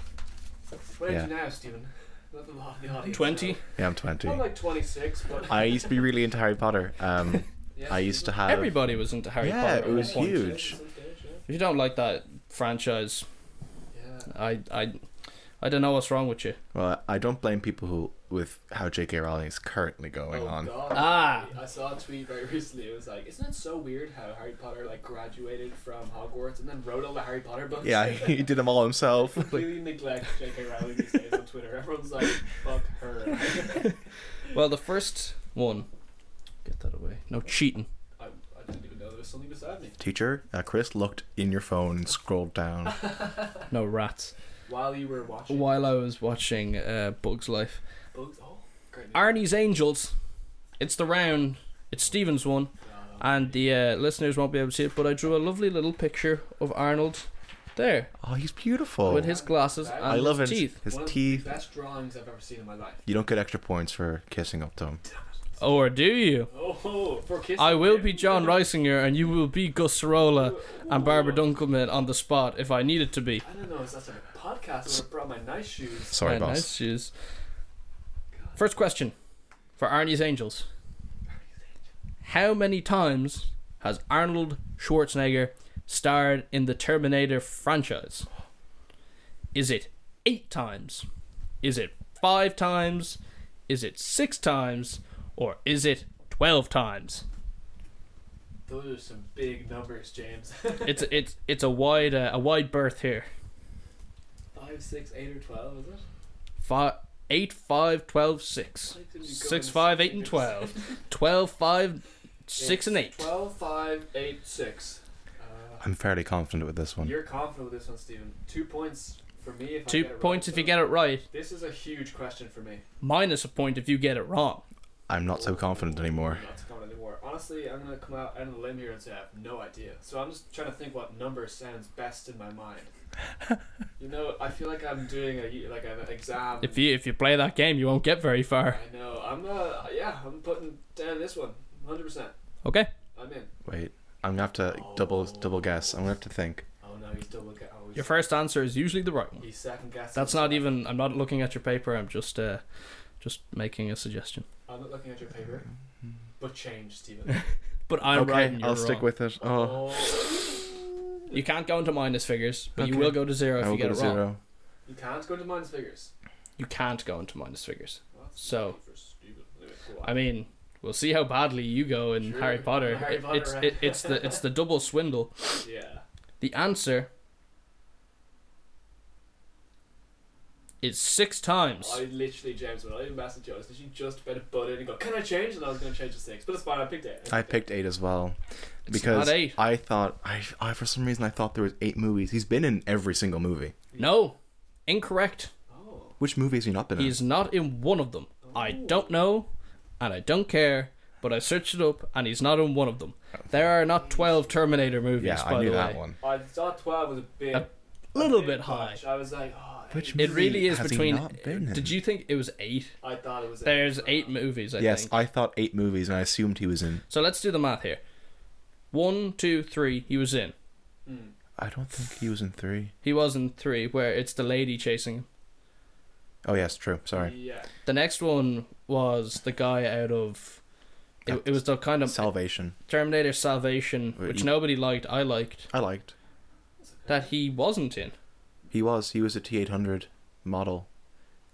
S2: What
S3: Yeah.
S2: age now, Stephen? Let them all the audience
S1: Twenty.
S2: know.
S3: Yeah, I'm twenty.
S2: I'm like 26, but
S3: I used to be really into Harry Potter. Um,
S2: yeah,
S3: I used to have.
S1: Everybody was into Harry
S3: Yeah,
S1: Potter.
S3: it
S1: at
S3: was
S1: one point.
S3: huge.
S1: If you don't like that franchise,
S2: Yeah.
S1: I I I don't know what's wrong with you.
S3: Well, I don't blame people who with how J.K. Rowling is currently going
S2: Oh,
S3: on.
S2: God.
S1: Ah.
S2: I saw a tweet very recently. It was like, isn't it so weird how Harry Potter like graduated from Hogwarts and then wrote all the Harry Potter books?
S3: Yeah, he did them all himself.
S2: completely neglect J.K. Rowling these days on Twitter. Everyone's like, fuck her.
S1: Well, the first one. Get that away. No cheating.
S2: I, I didn't even know there was something beside me.
S3: Teacher, uh, Chris looked in your phone and scrolled down.
S1: No rats.
S2: While you were watching
S1: While I was watching uh, Bugs Life,
S2: Bugs, oh, great. name.
S1: Arnie's Angels. It's the round. It's Steven's one.
S2: God,
S1: and the uh, listeners won't be able to see it, but I drew a lovely little picture of Arnold there
S3: Oh, he's beautiful.
S1: with his glasses and
S2: I
S3: I love
S1: his
S3: his
S1: teeth.
S3: His
S2: one of the
S3: teeth.
S2: best drawings I've ever seen in my life.
S3: You don't get extra points for kissing up to him.
S1: Or do you?
S2: Oh, for kissing.
S1: I will
S2: him.
S1: be John Reisinger and you will be Gus Sarola and Barbara
S2: Ooh.
S1: Dunkelman on the spot if I needed to be.
S2: I don't know if that's on a podcast. I would have brought my nice shoes.
S3: Sorry,
S1: Yeah,
S3: boss.
S1: nice shoes. First question for Arnie's Angels. How many times has Arnold Schwarzenegger starred in the Terminator franchise? Is it eight times? Is it five times? Is it six times? Or is it 12 times?
S2: Those are some big numbers, James.
S1: It's it's it's a wide uh, a wide berth here.
S2: Five, six, eight, or twelve, is it?
S1: Five, eight, five, twelve, six.
S2: Why didn't you go
S1: Six,
S2: and
S1: five,
S2: stick
S1: eight, and
S2: it?
S1: twelve. Twelve, five, six, and eight.
S2: Twelve, five, eight, six. Uh,
S3: I'm fairly confident with this one.
S2: you're confident with this one, Stephen. Two points for me if I
S1: Two
S2: get it
S1: points
S2: right,
S1: if you
S2: so
S1: get it right,
S2: This is a huge question for me.
S1: minus a point if you get it wrong.
S3: I'm not so confident anymore.
S2: I'm not so confident anymore. Honestly, I'm gonna come out on a limb here and say I have no idea. So I'm just trying to think what number sounds best in my mind. you know, I feel like I'm doing a like an exam.
S1: If you if you play that game, you won't get very far.
S2: I know. I'm uh yeah. I'm putting down this one. 100. percent
S1: Okay.
S2: I'm in.
S3: Wait, I'm gonna have to double double guess. I'm gonna have to think.
S2: Oh no, he's double. Ca- oh, he's,
S1: Your first answer is usually the right one.
S2: he's second guessing.
S1: That's not even. I'm not looking at your paper. I'm just uh, just making a suggestion.
S2: I'm not looking at your paper. But change, Stephen.
S1: But I'm
S3: okay,
S1: right. And you're
S3: I'll stick
S1: wrong.
S3: with it. Oh,
S1: You can't go into minus figures, but you
S3: Okay.
S1: will go to zero if
S3: I will
S1: you
S3: go
S1: get
S3: to
S1: it wrong.
S3: zero.
S2: You can't go into minus figures.
S1: You can't go into minus figures.
S2: That's
S1: So-
S2: lucky for Stephen. Anyway, go on.
S1: I mean, we'll see how badly you go in
S2: Sure.
S1: Harry Potter.
S2: Harry
S1: It-
S2: Potter,
S1: it's
S2: right.
S1: it, it's the it's the double swindle.
S2: yeah.
S1: The answer is six times.
S2: I literally, James, when I messaged you, I was literally just about to butt in and go, Can I change? And I was going to change to six, but it's fine, I picked eight.
S3: I picked eight as well
S1: It's
S3: because
S1: not eight.
S3: I thought I, I for some reason I thought there was eight movies. He's been in every single movie.
S1: No, incorrect.
S2: Oh,
S3: Which movie has he not been
S1: He is not in one of them. I don't know, and I don't care. But but I searched it up and he's not in one of them. There are not 12 Terminator movies,
S3: Yeah,
S1: by
S3: I knew
S1: the
S3: that
S1: way.
S3: one.
S2: I thought 12 was a bit.
S1: A little bit high.
S2: much. I was like, oh,
S3: Which
S2: hey,
S1: It really is
S3: Has he
S1: between.
S3: not been in?
S1: Did you think it was eight?
S2: I thought it was.
S1: There's
S2: eight.
S1: eight movies, I
S3: yes,
S1: think.
S3: I thought eight movies, and I assumed he was in.
S1: So let's do the math here. One, two, three. He was in.
S3: I don't think he was in three.
S1: He was in three, where it's the lady chasing him.
S3: Oh yes, true. Sorry,
S2: Yeah.
S1: The next one was the guy out of. It, it was the kind of
S3: Salvation.
S1: Terminator Salvation,
S3: Wait,
S1: which
S3: you-
S1: nobody liked. I liked
S3: I liked.
S1: that he wasn't in.
S3: He was. He was a T eight hundred model,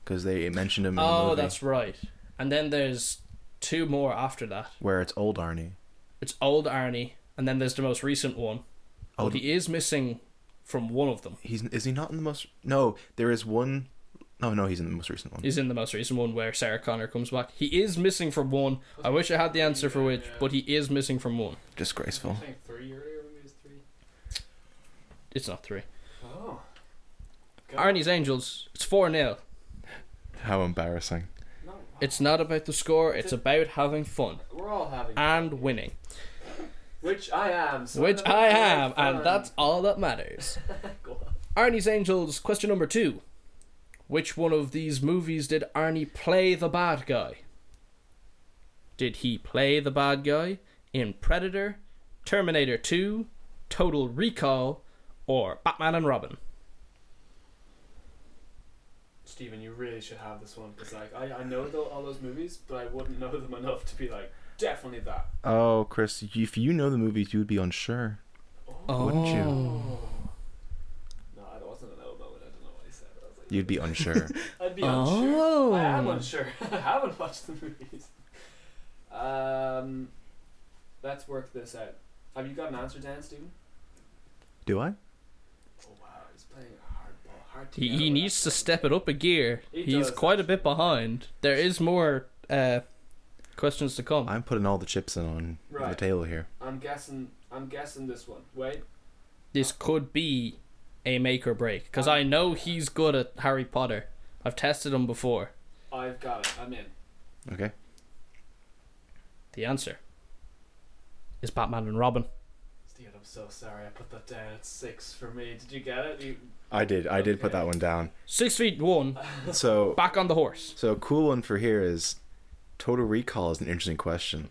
S3: because they mentioned him in the
S1: oh,
S3: movie.
S1: that's right. And then there's two more after that.
S3: where it's old Arnie.
S1: It's old Arnie, and then there's the most recent one.
S3: Oh,
S1: But he is missing from one of them.
S3: he's is he not in the most? No, there is one. No, no, he's in the most recent one.
S1: He's in the most recent one where Sarah Connor comes back. He is missing from one. I wish I had the answer for which, but he is missing from one.
S3: Disgraceful.
S2: I think three earlier. Maybe it was three.
S1: It's not three.
S2: Oh. God.
S1: Arnie's Angels. It's four 0
S3: How embarrassing.
S2: No, wow.
S1: It's not about the score. It's about having fun
S2: We're all having.
S1: and winning,
S2: which I am. So
S1: Ah. which
S2: I'm
S1: I
S2: having
S1: am,
S2: fun.
S1: and that's all that matters. Arnie's Angels. Question number two. Which one of these movies did Arnie play the bad guy? Did he play the bad guy in Predator, Terminator 2, Total Recall, or Batman and Robin?
S2: Steven, you really should have this one because like I, I know tho- all those movies, but I wouldn't know them enough to be like definitely that.
S3: Oh, Chris, you- if you know the movies, you would be unsure. Wouldn't you?
S1: Oh.
S2: No, I wasn't an elbow, and I don't know what he said. I was like,
S3: You'd be unsure.
S2: I'd be unsure.
S1: Oh.
S2: I am unsure. I haven't watched the movies. Um, let's work this out. Have you got an answer, Dan, Steven?
S3: Do I?
S2: Oh wow, he's playing hardball. Hard to
S1: He,
S2: get
S1: he
S2: with
S1: needs
S2: that.
S1: to step it up a gear.
S2: He
S1: He's
S2: does,
S1: quite a bit
S2: actually.
S1: behind. There is more uh, questions to come.
S3: I'm putting all the chips in on the
S2: Right.
S3: table here.
S2: I'm guessing. I'm guessing this one. Wait.
S1: this could be a make or break because I know he's good at Harry Potter. I've tested him before.
S2: I've got it. I'm in.
S3: Okay.
S1: The answer is Batman and Robin.
S2: Steve, I'm so sorry. I put that down at six for me. Did you get it? You...
S3: I did. I did put
S2: Okay.
S3: that one down.
S1: Six feet one,
S3: So,
S1: back on the horse.
S3: so a cool one for here is Total Recall is an interesting question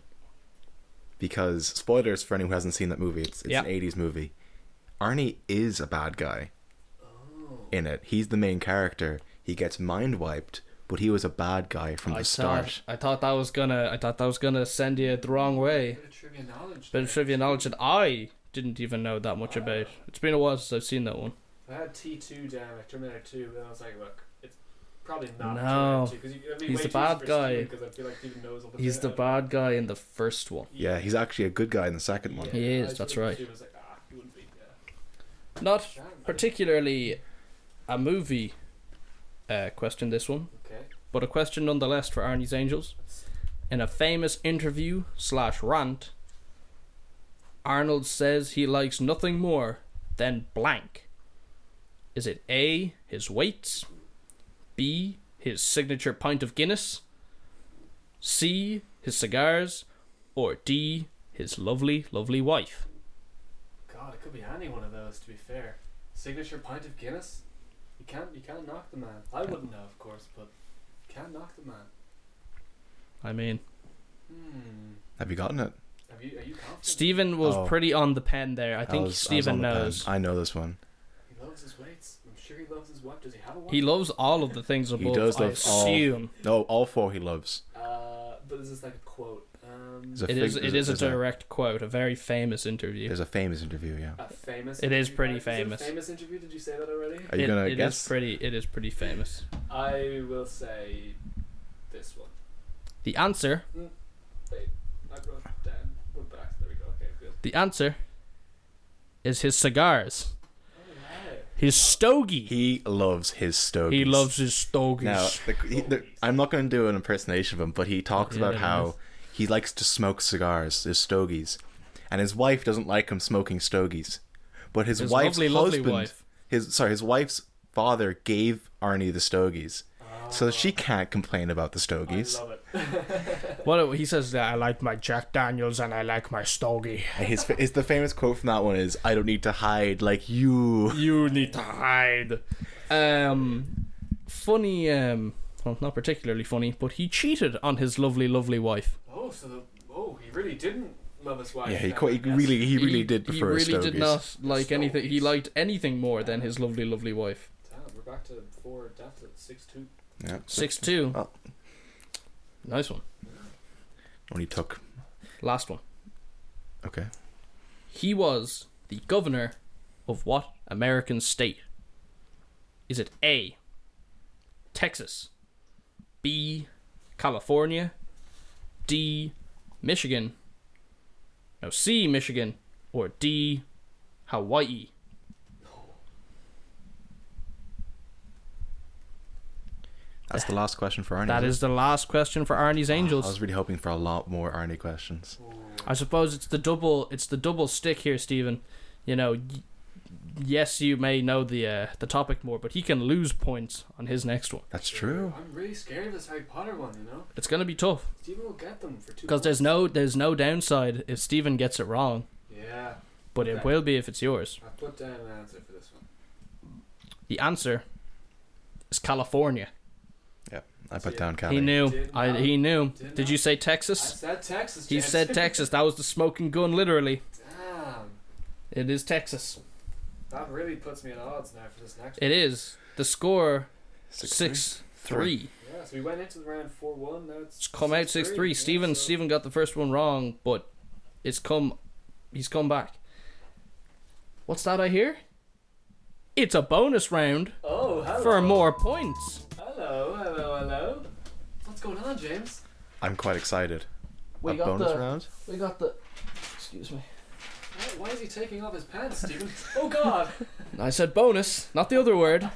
S3: because spoilers for anyone who hasn't seen that movie. It's it's
S1: Yeah.
S3: an '80s movie. Arnie is a bad guy
S2: oh,
S3: in it. He's the main character. He gets mind wiped, but he was a bad guy from the
S1: I
S3: start.
S1: thought, I thought that was gonna I thought that was gonna send you the wrong way.
S2: Bit of trivia knowledge.
S1: Bit of
S2: there.
S1: trivia knowledge that I didn't even know that much about. It's been a while since I've seen that one.
S2: I had T two down, like Terminator two, but then I was like, look, it's probably not
S1: No.
S2: Terminator two because
S1: He's the bad guy.
S2: Because I feel like Steven knows all the
S1: He's the
S2: bad.
S1: bad guy in the first one.
S3: Yeah, he's actually a good guy in the second one.
S1: Yeah. He is, that's right.
S2: He was like, ah, he wouldn't be. Yeah.
S1: Not
S2: Damn, I didn't-
S1: particularly a movie uh, question this one,
S2: Okay.
S1: but a question nonetheless for Arnie's Angels.
S2: That's-
S1: In a famous interview slash rant, Arnold says he likes nothing more than blank. Is it A, his weights, B, his signature pint of Guinness, C, his cigars, or D, his lovely, lovely wife?
S2: God, it could be any one of those. To be fair, signature pint of Guinness. You can't, you can't knock the man. I wouldn't know, of course, but you can't knock the man.
S1: I mean,
S2: Hmm.
S3: Have you gotten it?
S2: Have you? Are you confident?
S1: Stephen was
S3: Oh.
S1: pretty on the pen there. I think
S3: was- was
S1: Stephen
S3: on the pen.
S1: knows.
S3: I know this one.
S2: He loves his weights. I'm sure he loves his wife. Does he have a wife?
S1: He loves all of the things
S3: He
S1: above.
S3: does
S1: I
S3: love all-
S1: assume
S3: No, all four he loves.
S2: Uh, but this is like a quote. Um,
S3: There's a
S1: it is.
S3: fig-
S1: It
S3: there's
S1: is
S3: a-
S1: a direct quote, a very famous interview.
S3: There's a famous interview. Yeah.
S2: a famous.
S1: It is
S2: interview?
S1: pretty
S2: Uh, it
S1: famous.
S2: a famous interview. Did you say that already?
S3: Are you
S1: It-
S3: gonna
S1: it
S3: guess?
S1: is pretty. It is pretty famous.
S2: I will say this one.
S1: The answer.
S2: Wait, I wrote it down. We're back. There we go. Okay, good.
S1: The answer is his cigars.
S2: Oh, wow.
S1: His stogie.
S3: He loves his stogies.
S1: He loves his stogies.
S3: Now, the, he, the, I'm not going to do an impersonation of him, but he talks
S1: Yeah,
S3: about
S1: nice.
S3: how he likes to smoke cigars, his stogies, and his wife doesn't like him smoking stogies. But his,
S1: His
S3: wife's
S1: lovely, lovely
S3: husband,
S1: wife.
S3: his sorry, his wife's father gave Arnie the stogies, so she can't complain about the
S2: I
S3: stogies.
S2: love it.
S1: Well, he says that I like my Jack Daniels and I like my stogie.
S3: And his, fa- his the famous quote from that one is, "I don't need to hide like you."
S1: You need to hide. Um, funny. Um, well, not particularly funny, but he cheated on his lovely, lovely wife.
S2: Oh, so the oh, he really didn't love his wife.
S3: Yeah, he,
S2: then,
S3: qu-
S2: I
S3: he
S2: guess.
S3: really he really did
S1: uh, He
S3: prefer
S1: really
S3: his stogies.
S1: did not like anything. He
S2: Stogies.
S1: liked anything more than his lovely, lovely wife.
S2: Damn, we're back to four deficit six two.
S3: Yeah.
S1: Six two.
S3: Oh.
S1: Nice one.
S3: Only took
S1: Last one.
S3: okay.
S1: He was the governor of what American state? Is it A, Texas, B, California, D, Michigan, no, C, Michigan, or D, Hawaii?
S3: That's the last question for Arnie.
S1: That is the last question for Arnie's
S3: I
S1: Angels.
S3: was really hoping for a lot more Arnie questions.
S1: I suppose it's the double. It's the double stick here, Stephen. You know, y- yes, you may know the uh, the topic more, but he can lose points on his next one.
S3: That's true.
S2: I'm really scared of this Harry Potter one. You know,
S1: It's gonna be tough
S2: Stephen will get them for two.
S1: because there's
S2: points.
S1: no there's no downside if Stephen gets it wrong,
S2: Yeah,
S1: but it
S2: Exactly.
S1: will be if it's yours.
S2: I put down an answer for this one.
S1: The answer is California.
S3: I put
S2: Yeah.
S3: down Cali.
S1: He knew.
S2: Did
S1: I
S2: not-
S1: he knew.
S2: did
S1: Did you
S2: not.
S1: say
S2: I
S1: Texas?
S2: said Texas.
S1: He
S2: gents.
S1: said Texas. That was the smoking gun, literally.
S2: Damn,
S1: It is Texas.
S2: that really puts me at odds now for this next.
S1: It is. The score
S3: Six,
S1: six three.
S2: one. Yeah, so we went into the round four one. Now it's
S1: It's come out six three.
S2: yeah,
S1: Steven
S2: so-
S1: Steven got the first one wrong, but it's come he's come back. What's that I hear? It's a bonus round
S2: Oh, hello.
S1: for more points.
S2: Hello, hello, hello. What's going on, James?
S3: I'm quite excited.
S1: We
S3: a
S1: got
S3: bonus
S1: the
S3: round.
S1: we got the excuse me.
S2: Why- Why is he taking off his pants, Stephen? oh God!
S1: I said bonus, not the other word.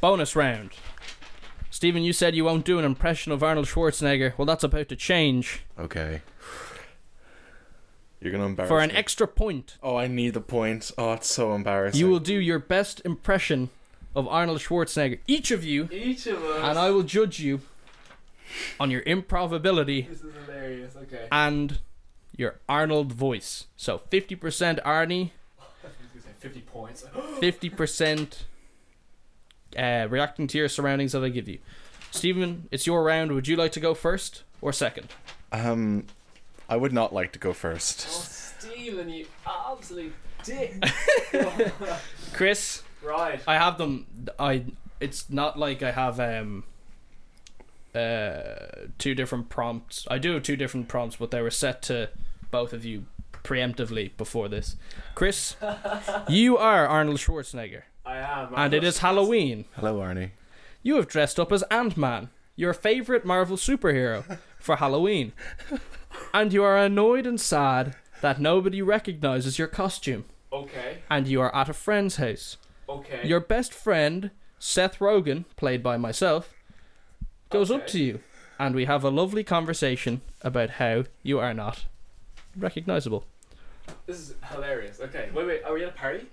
S1: bonus round. Steven, you said you won't do an impression of Arnold Schwarzenegger. Well, that's about to change.
S3: Okay. You're gonna embarrass
S1: For an
S3: me.
S1: extra point,
S3: Oh, I need the points. Oh, it's so embarrassing.
S1: you will do your best impression of Arnold Schwarzenegger. Each of you
S2: Each of us.
S1: and I will judge you on your improv ability
S2: This is hilarious.
S1: Ah.
S2: Okay.
S1: and your Arnold voice. So 50% Arnie,
S2: I was gonna say fifty points. Oh,
S1: 50% uh, reacting to your surroundings that I give you. Stephen, it's your round. Would you like to go first or second?
S3: Um, I would not like to go
S2: Oh,
S3: first.
S2: Stephen, you absolute dick!
S1: Chris,
S2: right.
S1: I have them. I. It's not like I have um. Uh, two different prompts. I do have two different prompts, but they were set to both of you preemptively before this. Chris, you are Arnold Schwarzenegger,
S2: I am.
S1: and it is Halloween.
S3: Hello, Arnie.
S1: You have dressed up as Ant Man, your favorite Marvel superhero, for Halloween, and you are annoyed and sad that nobody recognizes your costume,
S2: Okay.
S1: and you are at a friend's house.
S2: Okay.
S1: Your best friend, Seth Rogen, played by myself, goes up
S2: Okay.
S1: to you, and we have a lovely conversation about how you are not recognizable
S2: This is hilarious. Okay. Wait, wait. Are we at a party?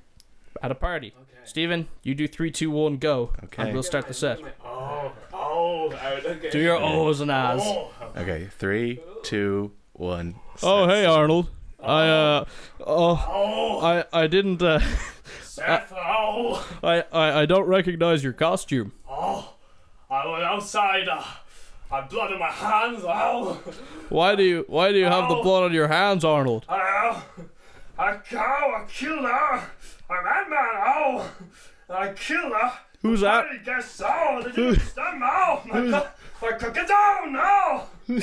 S1: at a party.
S2: Okay.
S1: Stephen, you do three, two, one, go,
S3: Okay.
S1: and we'll start the set.
S2: Oh. Oh. Out. Okay.
S1: Do your O's and A's.
S2: Oh.
S3: Okay, three, two, one.
S1: Oh,
S3: set.
S1: hey, Arnold. I, uh, oh,
S2: Oh.
S1: I, I didn't, uh,
S2: Seth. Oh.
S1: I, I, I don't recognize your costume.
S2: Oh. I was outside. Uh, I have blood on my hands. Oh.
S1: Why do you, why do you have the
S2: Oh.
S1: blood on your hands, Arnold?
S2: Oh, a cow, I killed her. I'm Ant Man, oh. I killed her.
S1: Who's that?
S2: I guess oh, so. They didn't stand now. oh, My, co- my cook is down oh, now.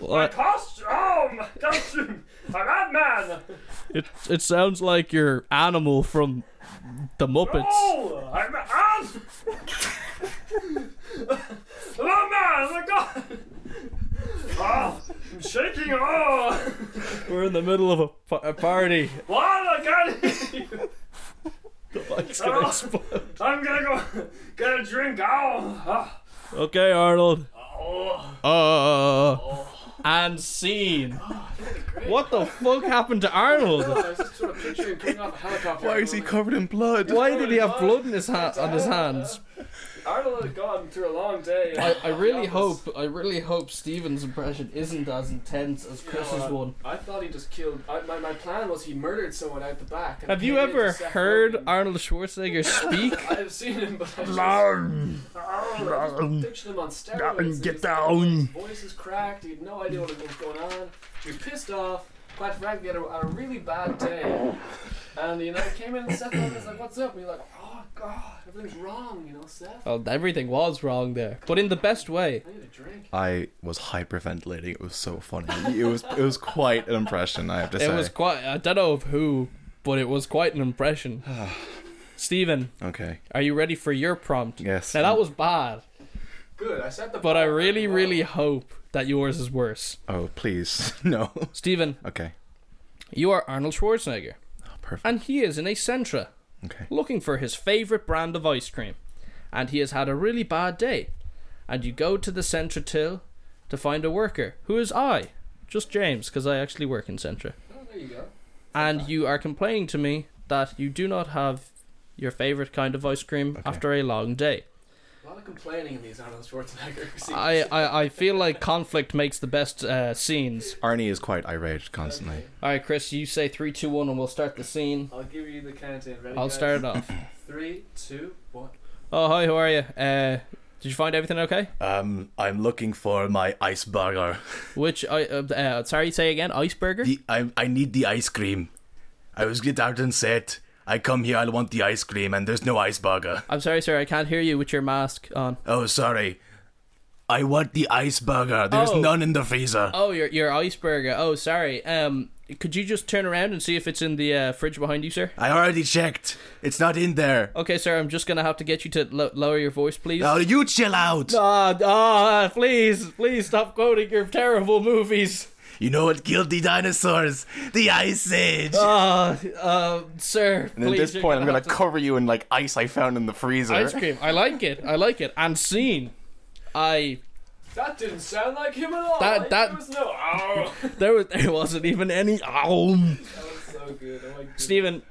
S2: My
S1: Uh,
S2: costume, oh, my costume. I'm Ant Man.
S1: it, it sounds like your animal from the Muppets.
S2: Oh, I'm Ant. I'm Ant Man, oh my god. Oh, I'm shaking, oh.
S1: We're in the middle of a, pa- a party.
S2: What, I got it. Oh,
S1: The mic's gonna explode.
S2: I'm gonna go get a drink. Ow! Ah.
S1: Okay, Arnold.
S2: Oh,
S1: Uh,
S2: oh.
S1: and scene. What the fuck happened to Arnold?
S2: I was just sort of picturing coming off a helicopter.
S3: Why is he covered in blood?
S1: Why did he have blood in his ha- on his hands?
S2: Arnold had gone through a long day.
S1: I, I
S2: at the
S1: really
S2: office.
S1: hope I really hope Steven's impression isn't as intense as
S2: You
S1: Chris's
S2: know, uh,
S1: one.
S2: I thought he just killed. I, my, my plan was he murdered someone out the back. and
S1: Have you
S2: came in to
S1: ever
S2: Seth
S1: heard
S2: Rogen.
S1: Arnold Schwarzenegger speak?
S2: I have seen him, but I just,
S5: Larn.
S2: pictured him on steroids.
S5: Get
S2: His
S5: down.
S2: Voice is cracked. He had no idea what was going on. He was pissed off. Quite frankly, had a, had a really bad day. And you know, he came in and Seth Rogen was like, "What's up?" And you're like, "Oh God, everything's wrong," you know, Seth.
S1: Well, everything was wrong there, but in the best way.
S2: I need a drink.
S3: I was hyperventilating. It was so funny. It was it was quite an impression, I have to
S1: It
S3: say.
S1: was quite. I don't know of who, but it was quite an impression. Steven,
S3: Okay.
S1: are you ready for your prompt?
S3: Yes.
S1: Now that was bad,
S2: Good. I set the.
S1: but I
S2: bar
S1: really,
S2: low.
S1: really hope that yours is worse.
S3: Oh, please. No.
S1: Steven,
S3: Okay.
S1: you are Arnold Schwarzenegger,
S3: Perfect.
S1: and he is in a Sentra.
S3: Okay.
S1: looking for his favorite brand of ice cream, and he has had a really bad day. And you go to the Centra till to find a worker, who is I, just James, because I actually work in Centra.
S2: Oh, there you go.
S1: And you are complaining to me that you do not have your favorite kind of ice cream
S3: Okay.
S1: after a long day.
S2: A lot of complaining in these Arnold Schwarzenegger scenes.
S1: I, I, I feel like conflict makes the best uh, scenes.
S3: Arnie is quite irate constantly.
S1: All right, Chris, you say three, two, one, and we'll start the scene.
S2: I'll give you the countdown. Ready?
S1: I'll
S2: guys?
S1: start it off.
S2: Three, two, one.
S1: Oh, hi, how are you? Uh, did you find everything okay?
S3: Um, I'm looking for my ice burger.
S1: Which, I, uh, uh, sorry, say again, iceberger?
S5: The, I, I need the ice cream. I was get out and said, I come here, I want the ice cream, and there's no ice burger.
S1: I'm sorry, sir. I can't hear you with your mask on.
S5: Oh, sorry. I want the ice burger. There's
S1: Oh.
S5: none in the freezer.
S1: Oh, your your iceberger. Oh, sorry. Um, could you just turn around and see if it's in the uh, fridge behind you, sir?
S5: I already checked. It's not in there.
S1: Okay, sir. I'm just gonna have to get you to lo- lower your voice, please.
S5: Now you chill out.
S1: Ah, ah, please, please stop quoting your terrible movies.
S5: You know what killed the dinosaurs? The Ice Age.
S1: Ah, uh, sir.
S3: And at
S1: please,
S3: this
S1: you're
S3: point, I'm gonna
S1: have to-
S3: cover you in like ice I found in the freezer.
S1: ice cream. I like it. I like it. And scene. I
S2: That didn't sound like him at all.
S1: That-
S2: Like,
S1: that-
S2: there was no. Oh, that
S1: there was there wasn't even any. Ow.
S2: was so good. Oh my goodness.
S1: Stephen,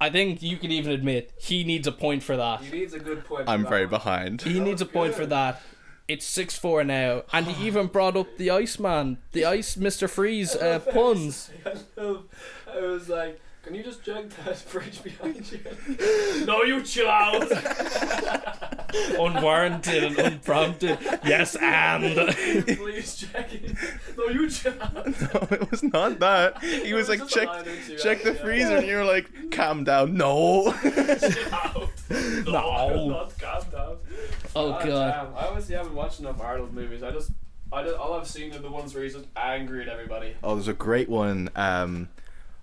S1: I think you can even admit he needs a point for that.
S2: He needs a good point. for
S3: I'm
S2: that
S3: very
S2: one.
S3: behind.
S1: He needs a point for that. It's six four now, and he even brought up the Iceman, the Ice Mister Freeze uh, puns.
S2: I love- I was like, can you just jug that fridge behind you? no, you chill out.
S1: Unwarranted and unprompted. Yes, and
S2: Please check it. No, you chill out.
S3: No, it was not that. He was like,
S2: Just a
S3: check,
S2: line or two,
S3: check the
S2: actually,
S3: freezer, and you were like, calm down. No.
S2: yeah. Chill out.
S1: No.
S2: Not calm down.
S1: oh god,
S2: Ah, damn. I honestly haven't watched enough Arnold movies. I just. I just, all I've seen are the ones where he's just angry at everybody.
S3: Oh, there's a great one. Um,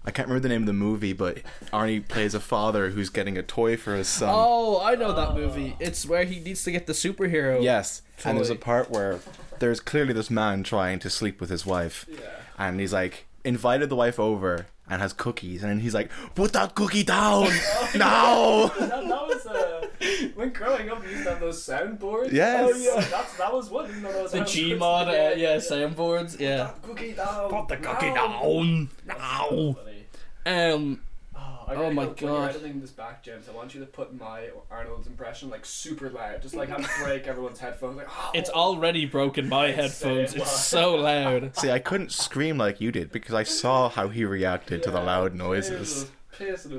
S3: I can't remember the name of the movie, but Arnie plays a father who's getting a toy for his son.
S1: oh I know that movie. It's where he needs to get the superhero.
S3: Yes, and there's a
S1: Toy.
S3: part where there's clearly this man trying to sleep with his wife,
S2: Yeah.
S3: and he's like invited the wife over and has cookies, and he's like, "Put that cookie down now!"
S2: That, that was uh, when growing up. You used to have those soundboards.
S3: Yes.
S2: Oh yeah, that's, that was one. of those
S1: the
S2: soundboards.
S1: Gmod, uh, yeah, soundboards, yeah.
S2: That cookie down.
S5: Put the cookie
S2: No.
S5: down. Now.
S2: Funny.
S1: Um,
S2: Oh, I
S1: Oh
S2: really
S1: my
S2: hope When you're
S1: God.
S2: editing this back, James, I want you to put my Arnold's impression like super loud, just like have to break everyone's headphones. Like, oh.
S1: it's already broken my headphones.
S2: Same.
S1: It's so loud.
S3: See, I couldn't scream like you did because I saw how he reacted to the loud noises.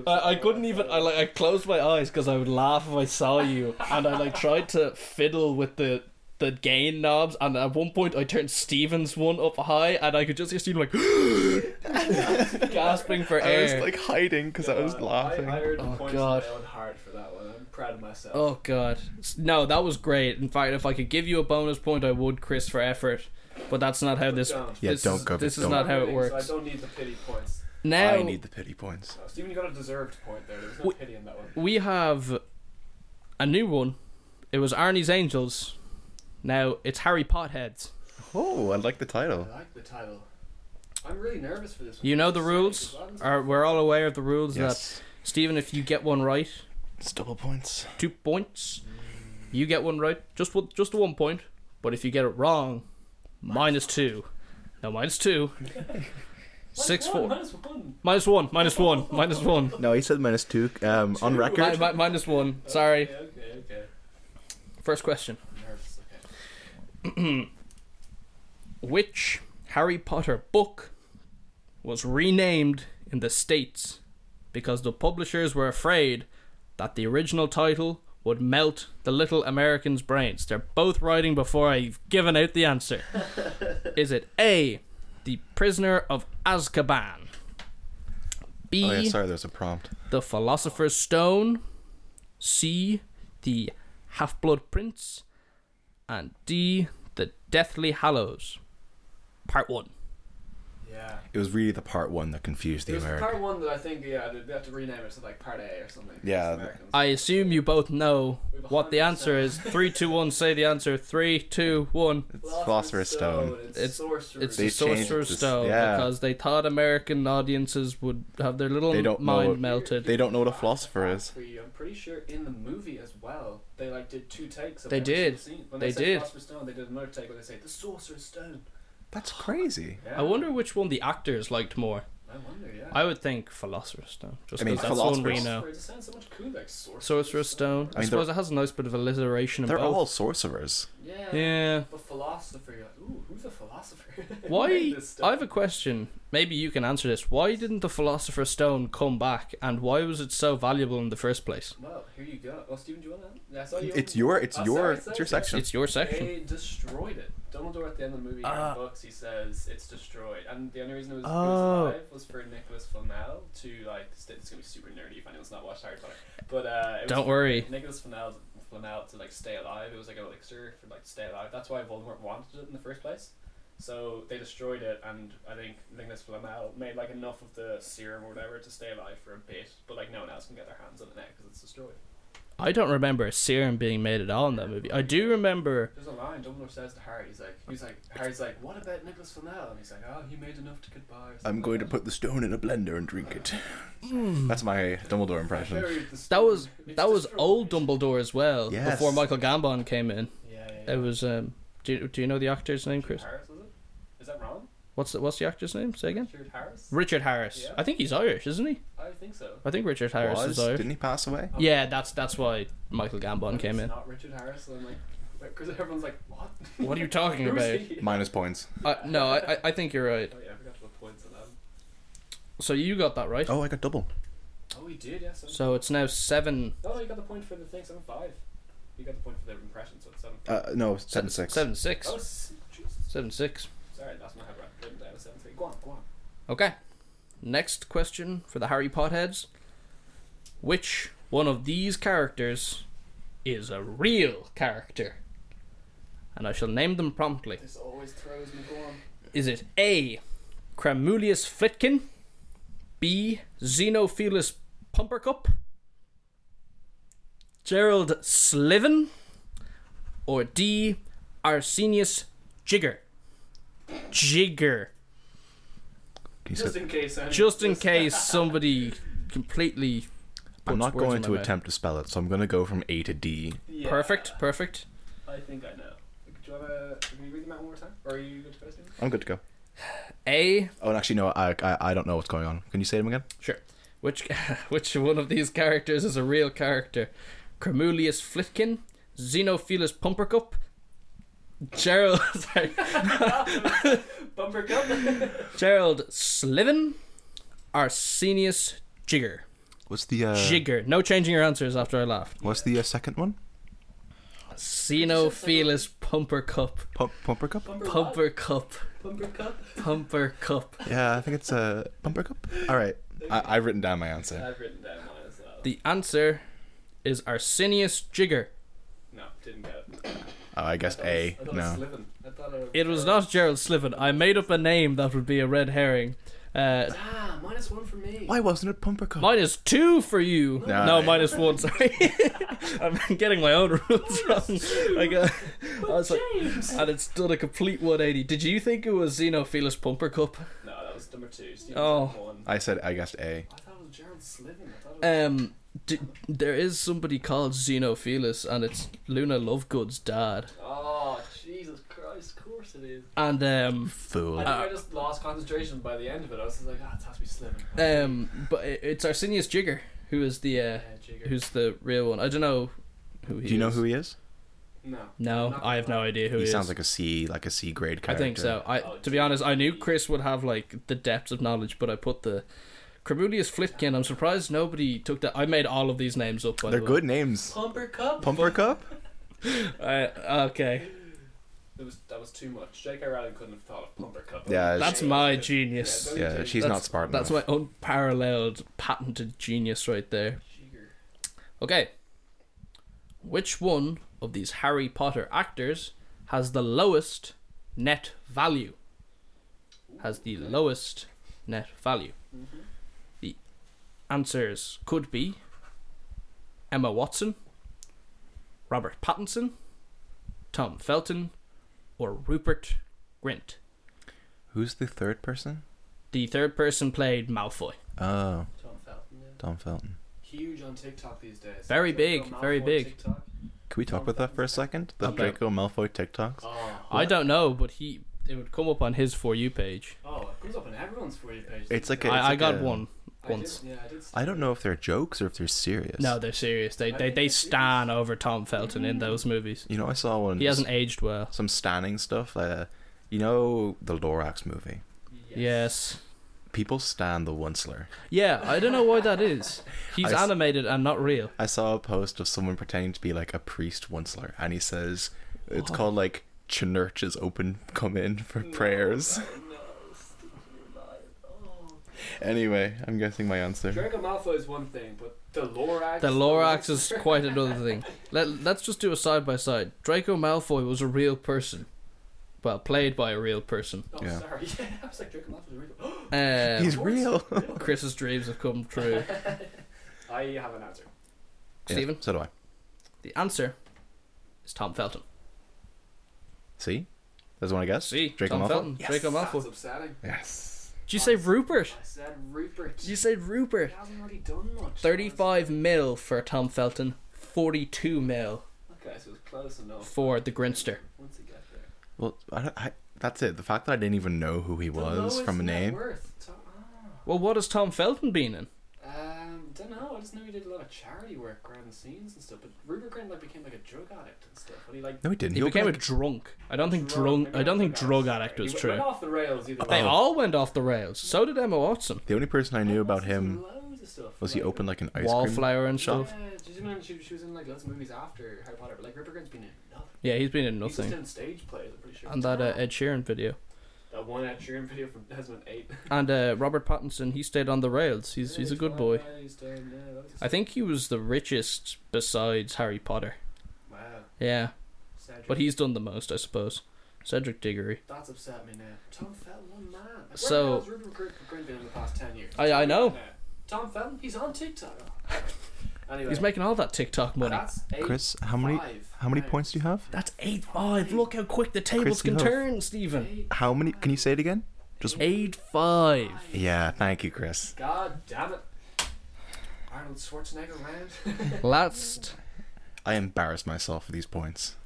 S1: I, I couldn't even. I like. I closed my eyes because I would laugh if I saw you, and I like tried to fiddle with the the gain knobs. And at one point, I turned Steven's one up high, and I could just hear Steven like gasping for
S3: I was
S1: air.
S3: like hiding because I was laughing.
S2: I, heard the
S1: Oh,
S2: points
S1: God.
S2: in my own heart for that one. I'm proud of myself.
S1: oh god, S- no, that was great. In fact, if I could give you a bonus point, I would, Chris, for effort. But that's not how
S2: But
S1: this.
S2: don't.
S3: Yeah,
S1: this
S3: don't
S1: is,
S3: go-
S1: This is
S3: don't.
S1: not how it
S2: So
S1: works.
S2: I don't need the pity points.
S1: Now
S3: I need the pity points.
S2: No, Stephen, you got a deserved point there. There was no
S1: We-
S2: pity in that one.
S1: we have a new one. It was Arnie's Angels. Now it's Harry Potheads.
S3: Oh, I like the title.
S2: I like the title. I'm really nervous for this one.
S1: You know the
S2: Sick,
S1: rules.
S2: 'cause I'm-
S1: Are, we're all aware of the rules
S3: Yes,
S1: that Stephen, if you get one right,
S3: it's double points.
S1: two points. You get one right, just one, just one point. But if you get it wrong, minus two. No, minus two. Six
S2: Minus one,
S1: four.
S2: minus one.
S1: Minus one. Minus one. Minus one.
S3: No, he said minus two um, on
S2: Two.
S1: Mi-
S3: record.
S1: mi- minus one. Sorry.
S2: Okay, okay, okay.
S1: First question.
S2: I'm nervous. Okay.
S1: Which Harry Potter book was renamed in the States because the publishers were afraid that the original title would melt the little American's brains? They're both writing before I've given out the answer. Is it A, The Prisoner of Azkaban? B,
S3: Oh yeah, sorry, there's a prompt.
S1: The Philosopher's Stone? C, The Half Blood Prince? And D, The Deathly Hallows? Part 1.
S2: Yeah.
S3: It was really the part one that confused the
S2: There's
S3: American.
S2: part one that I think yeah they have to rename it to like part A or something.
S3: Yeah,
S2: It's Americans.
S1: I assume you both know what the answer is. Three, two, one. say the answer. Three, two, one.
S2: Philosopher's
S3: Philosopher's Stone.
S2: It's,
S1: It's-
S2: sorcery.
S1: It's the
S3: They changed
S1: Sorcerer's
S3: this-
S1: Stone
S3: yeah.
S1: because they thought American audiences would have their little
S3: They don't
S1: mind
S3: know-
S1: melted.
S3: They don't know what a philosopher is.
S2: For you, I'm pretty sure in the movie as well, they like did two takes. Of
S1: They
S2: every
S1: did.
S2: single Scene. When
S1: They
S2: they said
S1: did.
S2: Philosopher's Stone, they did another take where they say the Sorcerer's Stone.
S3: That's crazy.
S2: Yeah.
S1: I wonder which one the actors liked more.
S2: I wonder. Yeah.
S1: I would think Philosopher's Stone, just
S3: I mean,
S1: because that's the one we
S3: Philosopher's-
S1: know.
S2: It sounds so much cooler, like Sorcerer's,
S1: Sorcerer's Stone. I,
S3: I mean,
S1: suppose it has a nice bit of alliteration. in
S3: They're
S1: both.
S3: all sorcerers.
S2: Yeah.
S1: Yeah.
S2: But philosopher, you're like, ooh, who's a philosopher? Who
S1: Why?
S2: made this stuff?
S1: I have a question. Maybe you can answer this. Why didn't the Philosopher's Stone come back, and why was it so valuable in the first place?
S2: Well, here you go. Oh, Stephen, do you want to? That's all you.
S3: It's your, it's
S2: Oh,
S3: your,
S2: sorry,
S3: it's
S2: sorry.
S3: your section.
S1: It's your section.
S2: They destroyed it. Dumbledore at the end of the movie
S5: Ah.
S2: in the books, he says it's destroyed, and the only reason it was,
S5: Oh.
S2: it was alive was for Nicholas Flamel to like. st- It's gonna be super nerdy if anyone's not watched Harry Potter, but uh, it was
S1: Don't
S2: for
S1: worry.
S2: Nicholas Flamel, Flamel to like stay alive. It was like an elixir for like to stay alive. That's why Voldemort wanted it in the first place. So they destroyed it, and I think Nicholas Flamel made like enough of the serum or whatever to stay alive for a bit, but like no one else can get their hands on it now because it's destroyed.
S1: I don't remember a serum being made at all in that movie. I do remember.
S2: There's a line Dumbledore says to Harry. He's like, he's like, Harry's like, what about Nicholas Flamel? And he's like, oh, he made enough to get by. or something
S3: I'm going to
S2: like
S3: put the stone in a blender and drink it.
S1: Hmm.
S3: That's my Dumbledore impression.
S2: Buried the stone.
S1: That was
S2: It's
S1: that was
S2: destroyed."
S1: old Dumbledore as well.
S3: Yes.
S1: Before Michael Gambon came in,
S2: Yeah, yeah. yeah.
S1: it was. Um, do you, do you know the actor's name, Chris?
S2: Harris was it? Is that wrong?
S1: What's the, what's the actor's name? Say again.
S2: Richard Harris.
S1: Richard Harris.
S2: Yeah.
S1: I think he's Irish, isn't he?
S2: I think so.
S1: I think Richard Harris is
S3: Was
S1: Irish.
S3: didn't he pass away?
S1: Yeah, that's that's why Michael Gambon
S2: If
S1: came
S2: it's
S1: in.
S2: Not Richard Harris. And I'm like, because everyone's like, what?
S1: What are you talking
S2: Who's
S1: about?
S2: he?
S3: Minus points.
S1: Uh, no, I, I- I think you're right.
S2: Oh yeah, I forgot to put points on that.
S1: So you got that right.
S3: Oh, I got double.
S2: Oh, he did. Yeah. Seven.
S1: So it's now seven
S2: No, no, you got the point for the thing. Seven five. You got the point for the impression. So it's seven.
S3: Uh, no, seven six.
S1: seven six,
S2: Oh, s- Jesus.
S1: seven six.
S2: Sorry, that's my head wrap. Down to seven three. Go on, go on.
S1: Okay. Next question for the Harry Potheads. Which one of these characters is a real character? And I shall name them promptly.
S2: This always throws me. Go on.
S1: Is it A. Cremulius Flitkin? B. Xenophilus Pumpercup? Gerald Sliven? Or D. Arsenius Jigger? Jigger.
S3: He
S2: Just
S3: said,
S2: in case. anyone-
S1: just in case somebody completely.
S3: I'm
S1: puts
S3: not
S1: words
S3: going
S1: in
S3: to
S1: my mouth.
S3: attempt to spell it, so I'm going to go from A to D.
S2: Yeah,
S1: Perfect, perfect.
S2: I think I know. Do you want to? Can you read them out one more time? Or are you good to go? Stephen?
S3: I'm good to go.
S1: A
S3: Oh, and actually, no, I, I, I don't know what's going on. Can you say them again?
S1: sure. Which which one of these characters is a real character? Cremulius Flitkin, Xenophilus Pumpercup, Gerald sorry,
S2: Bumper cup.
S1: Gerald Sliven, Arsenius Jigger.
S3: What's the uh,
S1: Jigger. No changing your answers after I laughed.
S3: What's the uh, second one?
S1: Xenophilus Pumpercup,
S3: Pump, pumper cup.
S2: Bumper what?
S1: Pumpercup,
S2: Bumper cup.
S1: Pumpercup.
S3: Yeah, I think it's a uh, pumper cup. All right, I, I've written down my answer.
S2: I've written down mine as well.
S1: The answer is Arsenius Jigger.
S2: No, didn't get it.
S3: Oh, I guess
S2: thought
S3: A.
S2: it was- I thought it was
S3: No.
S2: Sliven. I thought it,
S1: It was not Gerald Sliven. I made up a name that would be a red herring. Uh,
S2: Ah, minus one for me.
S3: Why wasn't it pumper cup?
S1: minus two for you.
S3: No.
S1: no, minus one. Sorry, I'm getting my own rules wrong. I got, I was like,
S2: James.
S1: and it's done a complete 180. Did you think it was Xenophilus Pumpercup?
S2: No, that was number two. Stephen
S1: Oh.
S2: said one.
S3: I said I guessed
S2: I
S3: A.
S2: thought it was Gerald Sliven. I thought it was.
S1: Um, d- there is somebody called Xenophilus, and it's Luna Lovegood's dad.
S2: oh, Ah, Jesus Christ! Of course course it is.
S1: and um,
S2: I
S3: Fool.
S2: think I just lost concentration by the end of it. I was just like, ah, it has to be slim.
S1: um, but it- it's Arsenius Jigger who is the uh,
S2: yeah, Jigger.
S1: who's the real one. I don't know who he
S3: Do
S1: is.
S3: you know who he is?
S2: No. I'm
S1: No,
S2: not
S1: I have no
S2: gonna
S1: idea who
S3: he
S1: he, is.
S3: sounds like a C, like a C grade
S1: I
S3: character.
S1: think so. I,
S2: Oh,
S1: to be honest, I knew Chris would have like the depths of knowledge, but I put the Cremulius Flitkin. I'm surprised nobody took that. I made all of these names up. By
S3: They're
S1: the way.
S3: good names.
S2: lie. Pumper cup.
S3: Pumper Cup?
S1: Uh, okay,
S2: That was that was too much. J.K. Rowling couldn't have thought of pumper cup.
S3: Yeah,
S1: that's
S3: she-
S1: my
S2: Yeah,
S1: genius.
S2: don't
S3: Yeah,
S2: you-
S3: she's not smart
S1: That's
S3: enough.
S1: my unparalleled, patented genius right there.
S2: Jigger.
S1: Okay, which one of these Harry Potter actors has the lowest net value? Has the lowest net value?
S2: Mhm.
S1: answers could be Emma Watson, Robert Pattinson, Tom Felton, or Rupert Grint.
S3: Who's the third person?
S1: The third person played Malfoy.
S3: Oh,
S2: Tom Felton. Yeah.
S3: Tom Felton.
S2: Huge on TikTok these days.
S1: Very
S2: Draco
S1: big, very
S2: Malfoy
S1: big.
S2: TikTok.
S3: Can we talk about that for a second? The
S1: Okay.
S3: Draco Malfoy TikToks?
S2: Oh,
S1: I don't know, but he it would come up on his for you page.
S2: oh, it comes up on everyone's for you page.
S3: It's like
S2: doesn't
S3: a-
S2: it?
S1: I, I got
S3: a-
S1: one
S2: I did-
S1: once.
S2: yeah, I did.
S3: I don't know if they're jokes or if they're serious.
S1: No, they're serious. They
S2: I
S1: they,
S2: think
S1: they
S2: it's
S1: stan over Tom Felton in those movies.
S3: You know, I saw one.
S1: He hasn't aged well.
S3: Some stanning stuff. Uh, you know, the Lorax movie.
S1: Yes.
S3: People stand the Onceler.
S1: Yeah, I don't know why that is. He's
S3: I s-
S1: animated and not real.
S3: I saw a post of someone pretending to be like a priest Onceler, and he says it's called like Church is open, come in for prayers. Anyway, I'm guessing my answer.
S2: Draco Oh. Malfoy is one thing, but the Lorax.
S1: The Lorax is quite another thing. Let, let's just do a side by side. Draco Malfoy was a real person. Well, played by a real person.
S2: Oh,
S3: Yeah.
S2: sorry. Yeah, I was like Draco Malfoy's real.
S1: Um,
S3: He's real.
S1: Chris's dreams have come true.
S2: I have an answer.
S1: Stephen,
S3: Yeah, so do I.
S1: the answer is Tom Felton.
S3: See, that's one I guess.
S1: See,
S3: Draco
S1: Tom
S3: Malfoy?
S1: Felton, Draco
S2: That's
S1: Malfoy.
S2: upsetting.
S3: Yes.
S1: Did you say Rupert?
S2: I said Rupert.
S1: Did you say
S2: He
S1: Rupert?
S2: hasn't really done much.
S1: Thirty-five mil for Tom Felton, forty-two mil
S2: Okay, so it's close enough.
S1: for the Grinster.
S2: Once you get there.
S3: Well, I, don't- I, that's it. The fact that I didn't even know who he
S2: The
S3: was
S2: lowest
S3: from a
S2: net
S3: name.
S2: worth. Tom- ah.
S1: Well, what has Tom Felton been in?
S2: Um, don't know. I just know he did a lot of charity work around the scenes and stuff. But Rupert Grint like became like a drug addict and stuff. But he like
S3: No, he didn't.
S1: He
S3: opened,
S1: became a
S3: like,
S1: drunk. I don't think
S2: drug-
S1: drunk.
S2: maybe
S1: I don't
S2: not
S1: think drug
S2: sorry.
S1: addict was
S2: He
S1: true.
S2: Went off the rails either.
S1: They
S2: way.
S3: Oh.
S1: all went off the rails. So did Emma Watson.
S3: the only person I knew about him
S2: Loads of stuff,
S3: was he
S2: like-
S3: opened like an ice cream.
S1: Wallflower and
S2: Yeah,
S1: stuff.
S2: did you know she, she was in like lots of movies after Harry Potter? But like Rupert Grint's been in nothing.
S1: Yeah, he's been in
S2: He's just
S1: nothing.
S2: in stage plays. I'm pretty sure.
S1: And that uh, Ed Sheeran video.
S2: that one Ed Sheeran video from 2008.
S1: And uh, Robert Pattinson, he stayed on the rails. He's he's a good boy.
S2: He's doing, yeah, that was
S1: I think he was the richest besides Harry Potter.
S2: wow.
S1: Yeah,
S2: Cedric.
S1: but he's done the most, I suppose. Cedric Diggory.
S2: That's upset me now. Tom Felton, one man. Like, where
S1: So- Oh.
S2: the hell's Rupert Gr- Grint been in the past ten years?
S1: I- I know.
S2: Tom Felton, he's on TikTok. anyway,
S1: He's making all that TikTok money.
S2: That's eight,
S3: Chris, how many
S2: five.
S3: how many
S2: Nice.
S3: points do you have?
S1: That's eight five. Look how quick the tables
S3: Chris, you
S1: can
S3: have-
S1: turn, Stephen.
S2: Eight,
S3: How many? Can you say it again? Just
S1: Eight five.
S2: five.
S3: yeah. Thank you, Chris.
S2: God damn it. Arnold Schwarzenegger round.
S1: Last
S3: I embarrassed myself for these points.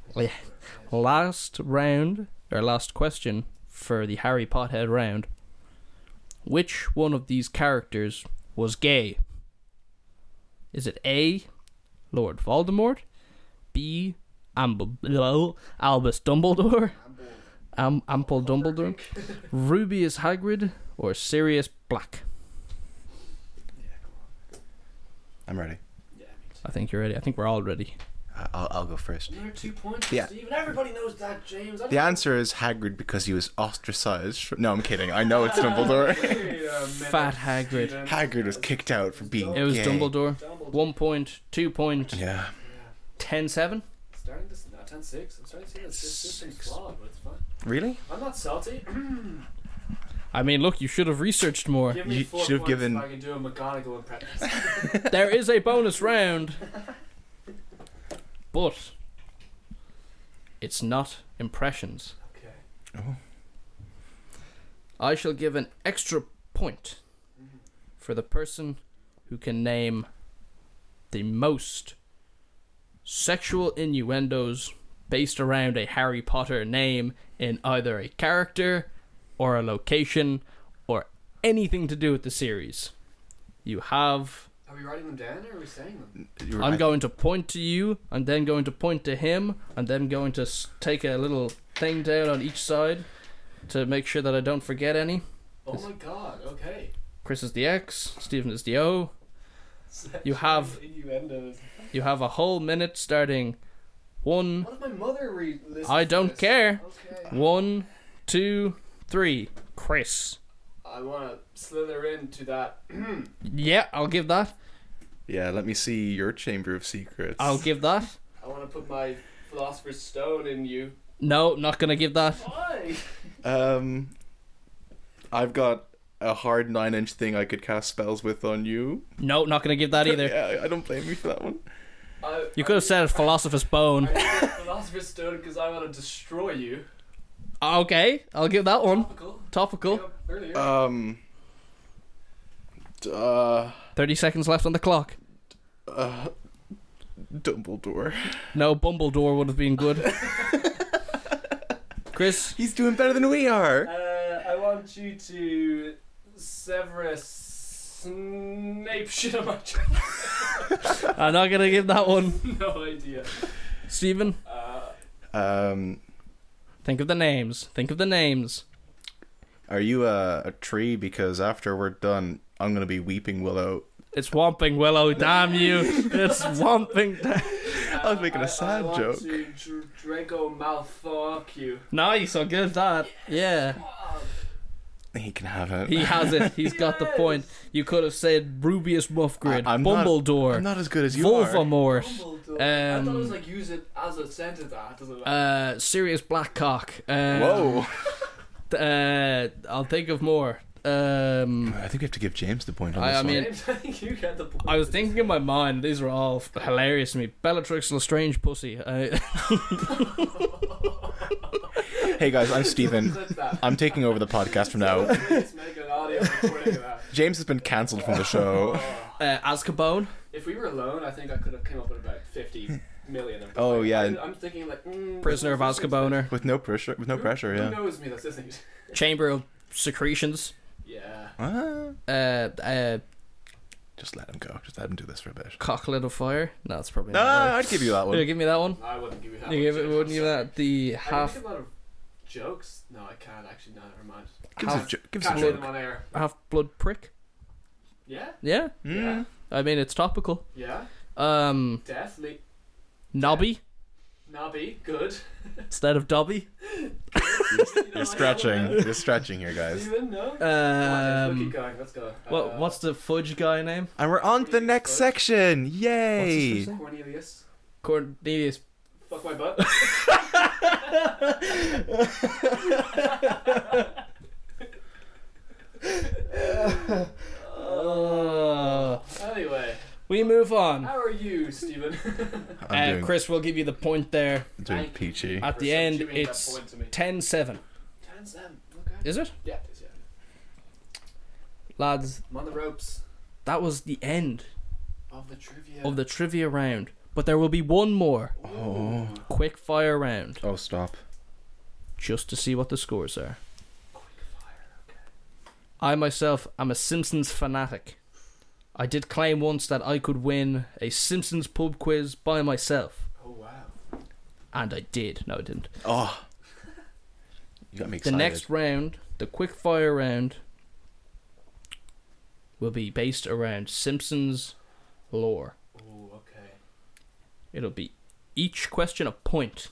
S1: last round or last question for the Harry Potter round. Which one of these characters was gay? Is it A, Lord Voldemort, B, Amb- blah, Albus Dumbledore, Am- Ample Dumbledore, Rubius Hagrid, or Sirius Black?
S3: I'm ready.
S2: yeah, me
S1: I think you're ready. I think we're all ready.
S3: I- I'll, I'll go first.
S2: too. Another two points for
S3: Yeah.
S2: Steven. Everybody knows that, James. I
S3: The
S2: don't-
S3: answer is Hagrid because he was ostracized. From... No, I'm kidding. I know it's Dumbledore.
S2: Wait a minute,
S1: Fat Hagrid.
S2: Steven.
S3: Hagrid was kicked out for being.
S1: It was
S3: gay.
S1: Dumbledore.
S2: Dumbledore.
S1: One point, two point,
S3: Yeah.
S2: Yeah.
S1: ten seven.
S2: Starting to, no, 10 6. I'm starting to see that this system's flawed, but it's fine.
S3: Really?
S2: I'm not salty.
S1: I mean, look, you should have researched more.
S2: Give me
S3: You
S2: four
S3: should have
S2: points
S3: given-
S2: If I can do a McGonagall impression.
S1: there is a bonus round, but it's not impressions.
S2: okay.
S1: I shall give an extra point for the person who can name the most sexual innuendos based around a Harry Potter name in either a character or a location or anything to do with the series. You have.
S2: Are we writing them down or are we saying them?
S3: You're-
S1: I'm
S3: I-
S1: going to point to you, and then going to point to him, and then going to s- take a little thing down on each side to make sure that I don't forget any.
S2: Oh my god, okay.
S1: Chris is the X, Stephen is the O. You have-
S2: Innuendos.
S1: You have a whole minute starting one,
S2: What if my mother re listens
S1: I
S2: to
S1: don't
S2: this?
S1: care.
S2: Okay.
S1: one, two, three. Chris.
S2: I want to slither into that.
S1: Yeah, I'll give that.
S3: Yeah, let me see your chamber of secrets.
S1: I'll give that.
S2: I want to put my philosopher's stone in you.
S1: No, not gonna give that.
S2: Why?
S3: Um, I've got a hard nine-inch thing I could cast spells with on you.
S1: No, not gonna give that either.
S3: Yeah, I don't blame you for that one.
S2: I,
S1: You could have said Philosopher's Bone.
S2: I need a philosopher's stone because I want to destroy you.
S1: Okay, I'll give that one.
S2: Topical.
S1: Topical.
S2: Yeah, Earlier.
S3: Um. Uh.
S1: 30 seconds left on the clock.
S3: uh Dumbledore.
S1: No, Bumbledore would have been good. Chris,
S3: He's doing better than we are.
S2: Uh, I want you to Severus Snape shit on my chest.
S1: I'm not gonna give that one.
S2: No idea.
S1: Stephen,
S2: Uh,
S3: Um.
S1: think of the names. Think of the names.
S3: Are you a, a tree? Because after we're done, I'm gonna be weeping willow.
S1: It's Whomping Willow, damn you. It's Whomping.
S3: I was making
S2: a
S3: a sad
S2: I
S3: joke.
S2: Want to Dr- Draco Malfoy you.
S1: Nice, I'll give that. Yeah.
S3: He can have it.
S1: He has it. He's got the point. You could have said Rubius Muffgrid,
S3: I- I'm not-
S1: Bumbledore,
S3: I'm not as good as you are.
S1: Voldemort,
S2: Dumbledore. I thought it was
S1: Um,
S2: like use it as a sentence. Ah, it doesn't matter.
S1: uh, Sirius Blackcock. Uh,
S3: Whoa.
S1: Uh, I'll think of more. Um,
S3: I think we have to give James the point on
S1: I-
S3: this
S1: I mean-
S3: one.
S2: James, I think you get the point.
S1: I was thinking in my mind, these were all f- hilarious to me. Bellatrix Lestrange pussy. Uh, I,
S3: Hey guys, I'm Steven.
S2: Clip that.
S3: I'm taking over the podcast from now.
S2: Let's make an audio recording of that.
S3: James has been cancelled from the show.
S2: Oh.
S1: uh, Azkaban.
S2: If we were alone, I think I could have come up with about fifty million. Of them.
S3: Oh, yeah.
S2: I, am thinking like mm,
S1: Prisoner of
S2: what's this thing?
S1: Azkaboner.
S3: With no pressure. With no pressure.
S2: Who
S3: Yeah.
S2: knows me? That's the thing.
S1: Chamber of Secretions.
S2: Yeah.
S3: Ah,
S1: Uh, uh,
S3: just let him go. Just let him do this for a bit.
S1: Cocklet of Fire. No, that's probably not
S3: Ah,
S1: right.
S3: I'd give you that
S1: Yeah,
S3: one.
S1: give me that one.
S2: I wouldn't give you that.
S1: You
S2: one,
S1: give it,
S2: James,
S1: wouldn't
S2: I'm
S1: you
S2: sorry.
S1: that? The
S2: I can
S1: half
S2: make a lot of jokes. No, I can't actually. No, never mind.
S3: Give us a
S2: Half-
S3: jo- give us a
S2: Can't do them
S3: joke.
S2: on air.
S1: half blood prick.
S2: Yeah.
S1: Yeah.
S2: Yeah.
S3: Mm.
S1: I mean, it's topical.
S2: Yeah.
S1: Um,
S2: Deathly.
S1: Nobby
S2: Nobby. Good.
S1: instead of Dobby.
S3: You're stretching. You're stretching here, guys.
S2: Steven, no. Come on, James, we'll keep
S1: Um,
S2: going. Let's go.
S1: what,
S2: Uh,
S1: what's the fudge guy name?
S3: And we're on to the next section.
S1: What's his
S3: Yay!
S1: first name?
S2: Cornelius?
S1: Cornelius.
S2: Fuck my butt.
S1: Uh,
S2: anyway,
S1: we move on.
S2: how are you, Steven?
S3: I'm
S1: uh,
S3: doing,
S1: Chris will give you the point there.
S3: I'm doing
S2: Thank
S3: peachy.
S1: At
S2: For
S1: the end,
S2: subduing that
S1: it's
S2: point to me.
S1: 10 7.
S2: Ten seven. Okay.
S1: Is it?
S2: Yeah, it is, yeah.
S1: Lads,
S2: I'm on the ropes
S1: that was the end
S2: of the trivia.
S1: of the trivia round. But there will be one more
S3: Oh,
S1: quick fire round
S3: oh, stop.
S1: just to see what the scores are. I myself am a Simpsons fanatic. I did claim once that I could win a Simpsons pub quiz by myself,
S2: Oh wow.
S1: and I did. No, I didn't.
S3: Oh, you got me
S1: The
S3: excited.
S1: next round, the quick fire round, will be based around Simpsons lore.
S2: Oh okay.
S1: It'll be each question a point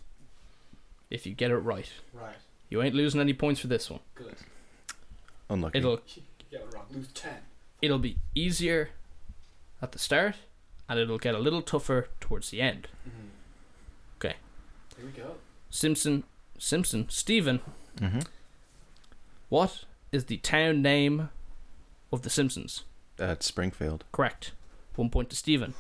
S1: if you get it right.
S2: Right.
S1: You ain't losing any points for this one.
S2: Good.
S3: Unlucky.
S1: It'll
S2: Yeah, wrong. Lose ten.
S1: it'll be easier at the start and it'll get a little tougher towards the end. Okay.
S2: Here we go.
S1: Simpson Simpson Stephen,
S3: Mhm.
S1: what is the town name of the Simpsons?
S3: At Springfield.
S1: Correct. One point to Stephen.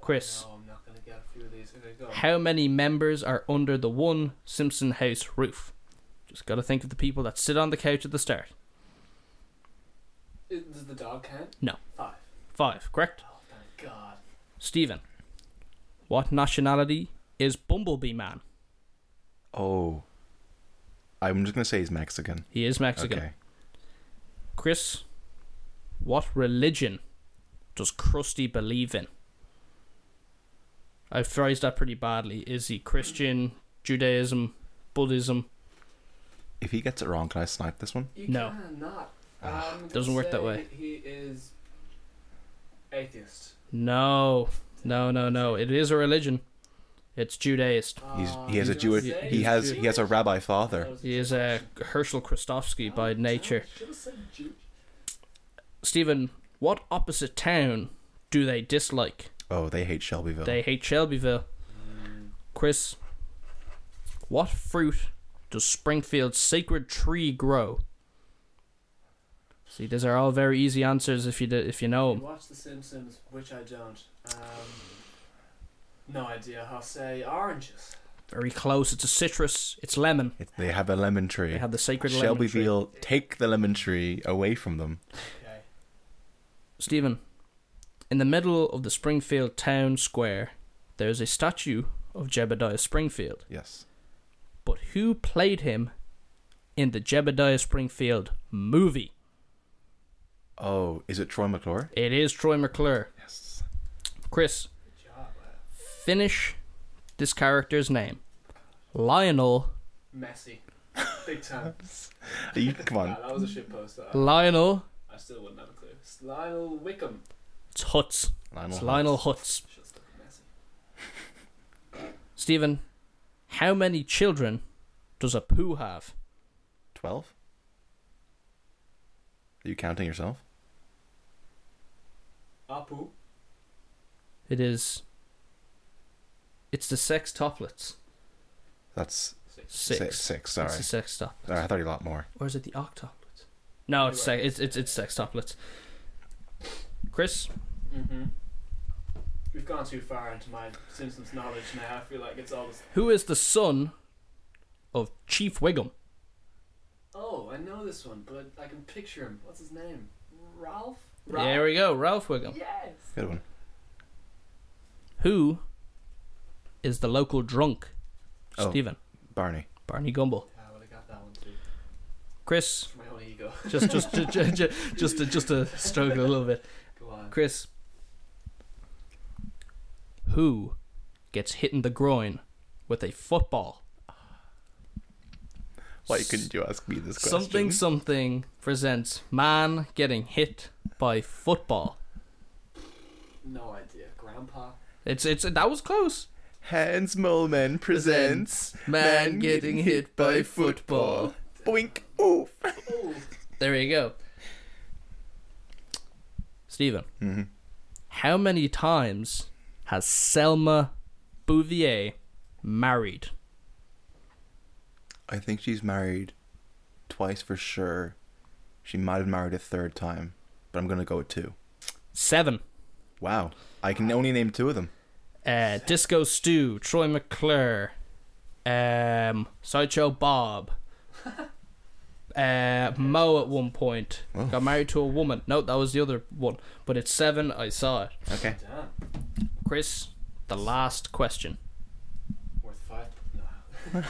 S1: Chris,
S2: No, I'm not gonna get a few of these. Here we go.
S1: how many members are under the one Simpson house roof? Just got to think of the people that sit on the couch at the start.
S2: It- Does the dog count?
S1: No.
S2: Five.
S1: Five, correct?
S2: Oh thank God.
S1: Stephen, what nationality is Bumblebee Man?
S3: Oh. I'm just going to say he's Mexican.
S1: He is Mexican.
S3: Okay.
S1: Chris, what religion does Krusty believe in? I phrased that pretty badly. Is he Christian, Judaism, Buddhism?
S3: If he gets it wrong, can I snipe this one?
S2: You
S1: No.
S2: cannot.
S3: Ah.
S2: Um,
S1: Doesn't work that
S2: say
S1: way.
S2: He is atheist.
S1: No, no, no, no. It is a religion. It's Judaist.
S3: He's
S2: Ah,
S3: he has a
S2: he's gonna
S3: Jewish
S2: say
S3: he
S2: he's
S3: has he has a
S2: Jewish.
S3: rabbi father.
S1: He is a Herschel
S2: oh,
S1: Kristofsky by nature.
S2: I should've said Jew.
S1: Stephen, what opposite town do they dislike?
S3: Oh, they hate Shelbyville.
S1: They hate Shelbyville. Hmm. Chris, what fruit does Springfield's sacred tree grow? See, these are all very easy answers if you d if you know
S2: You
S1: 'em.
S2: watch The Simpsons, which I don't. Um, no idea. I'll say oranges.
S1: Very close. It's a citrus. It's lemon.
S3: It- they have a lemon tree.
S1: They have the sacred lemon tree.
S3: Shelbyville take the lemon tree away from them.
S2: Okay.
S1: Stephen, in the middle of the Springfield town square, there is a statue of Jebediah Springfield.
S3: Yes.
S1: But who played him in the Jebediah Springfield movie?
S3: Oh, is it Troy McClure?
S1: It is Troy McClure.
S3: Yes.
S1: Chris,
S2: Good job. Wow.
S1: finish this character's name. Lionel,
S2: Messy. Big time.
S3: Are you, come on.
S2: Nah, that was a shit post. I,
S1: Lionel
S2: I still wouldn't have a clue. It's Lionel Wickham.
S1: it's Hutz.
S3: Lionel.
S1: It's
S3: Hutz.
S1: Lionel Hutz.
S2: Shit, still messy.
S1: Stephen, how many children does a poo have?
S3: Twelve. Are you counting yourself?
S2: Apu.
S1: It is. It's the sex toplets.
S3: That's
S2: Six.
S1: Six.
S3: six. six sorry.
S1: It's the sex top.
S3: Sorry, I thought you a lot more.
S1: Or is it the octoplets? No, it's sex. It's it's it's sex toplets. Chris,
S2: Mm-hmm. We've gone too far into my Simpsons knowledge now. I feel like it's all this.
S1: who is the son of Chief Wiggum?
S2: Oh, I know this one, but I can picture him. What's his name? Ralph.
S1: There we go, Ralph Wiggum.
S2: Yes.
S3: Good one.
S1: Who is the local drunk?
S3: Oh.
S1: Stephen.
S3: Barney.
S1: Barney Gumble.
S2: Yeah, I would have got that one too.
S1: Chris,
S2: It's my own ego.
S1: just just just just just to, just to struggle a little bit.
S2: Go on.
S1: Chris, who gets hit in the groin with a football?
S3: Why couldn't you ask me this question?
S1: Something something presents man getting hit by football.
S2: No idea. Grandpa.
S1: It's it's that was close.
S3: Hans Moleman presents
S1: Man getting hit by football.
S3: Boink. Oof.
S2: Oh,
S1: There you go. Stephen,
S3: Mhm.
S1: how many times has Selma Bouvier married?
S3: I think she's married twice for sure. She might have married a third time, but I'm gonna go with two.
S1: Seven.
S3: Wow. I can only name two of them.
S1: Uh, Disco Stew, Troy McClure, um, Sideshow Bob, uh, Mo at one point
S3: Oh.
S1: got married to a woman. No, that was the other one, but it's seven. I saw it.
S3: Okay.
S2: damn.
S1: Chris, the last question:
S2: Worth five. No.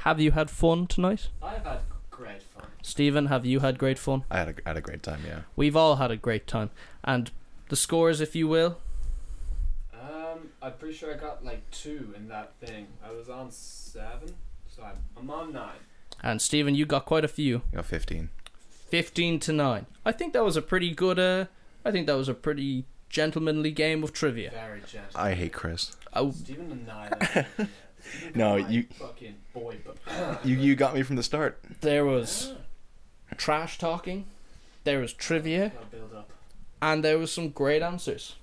S1: Have you had fun tonight?
S2: I've had great fun.
S1: Stephen, have you had great fun?
S3: I had a, had a great time, yeah.
S1: We've all had a great time. And the scores, if you will,
S2: Um, I'm pretty sure I got like two in that thing. I was on seven, so I'm, I'm on nine.
S1: and Stephen, you got quite a few.
S3: You know, 15.
S1: 15 to 9. I think that was a pretty good, uh, I think that was a pretty gentlemanly game of trivia. Uh,
S2: Very gentle.
S3: I hate Chris.
S1: I,
S2: Stephen and I.
S3: No, you-
S2: Fucking boy, but.
S3: You you got me from the start.
S1: there was trash talking, there was trivia,
S2: Gotta uh, build up.
S1: and there was some great answers.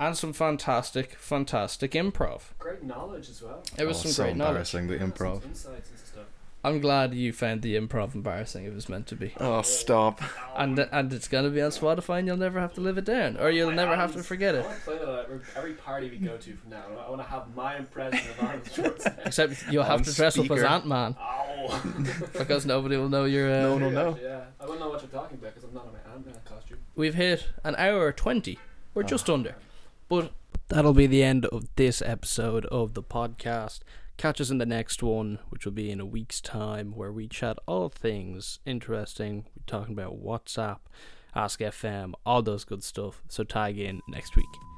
S1: And some fantastic, fantastic improv.
S2: Great knowledge as well.
S1: There was
S3: Oh,
S1: some
S3: so
S1: great knowledge.
S3: embarrassing,
S2: Yeah, some
S3: the improv.
S2: Insights and stuff.
S1: I'm glad you found the improv embarrassing. It was meant to be.
S3: Oh, stop.
S1: And and it's gonna be on Spotify, and you'll never have to live it down, or you'll never have to forget
S2: I
S1: it.
S2: want to play that at every- every party we go to from now. on. I want to have my impression of Arnold Schwarzenegger.
S1: Except you'll
S3: On
S1: have to dress up as
S3: speaker.
S1: Ant Man
S2: Ow.
S1: because nobody will know you're. Uh,
S3: No one will know.
S2: Yeah, I don't know what you're talking about because I'm not in my Ant-Man costume.
S1: We've hit an hour twenty.
S3: Ah.
S1: We're just under, but that'll be the end of this episode of the podcast. Catch us in the next one, which will be in a week's time, where we chat all things interesting. We're talking about WhatsApp, Ask FM, all those good stuff. So tag in next week.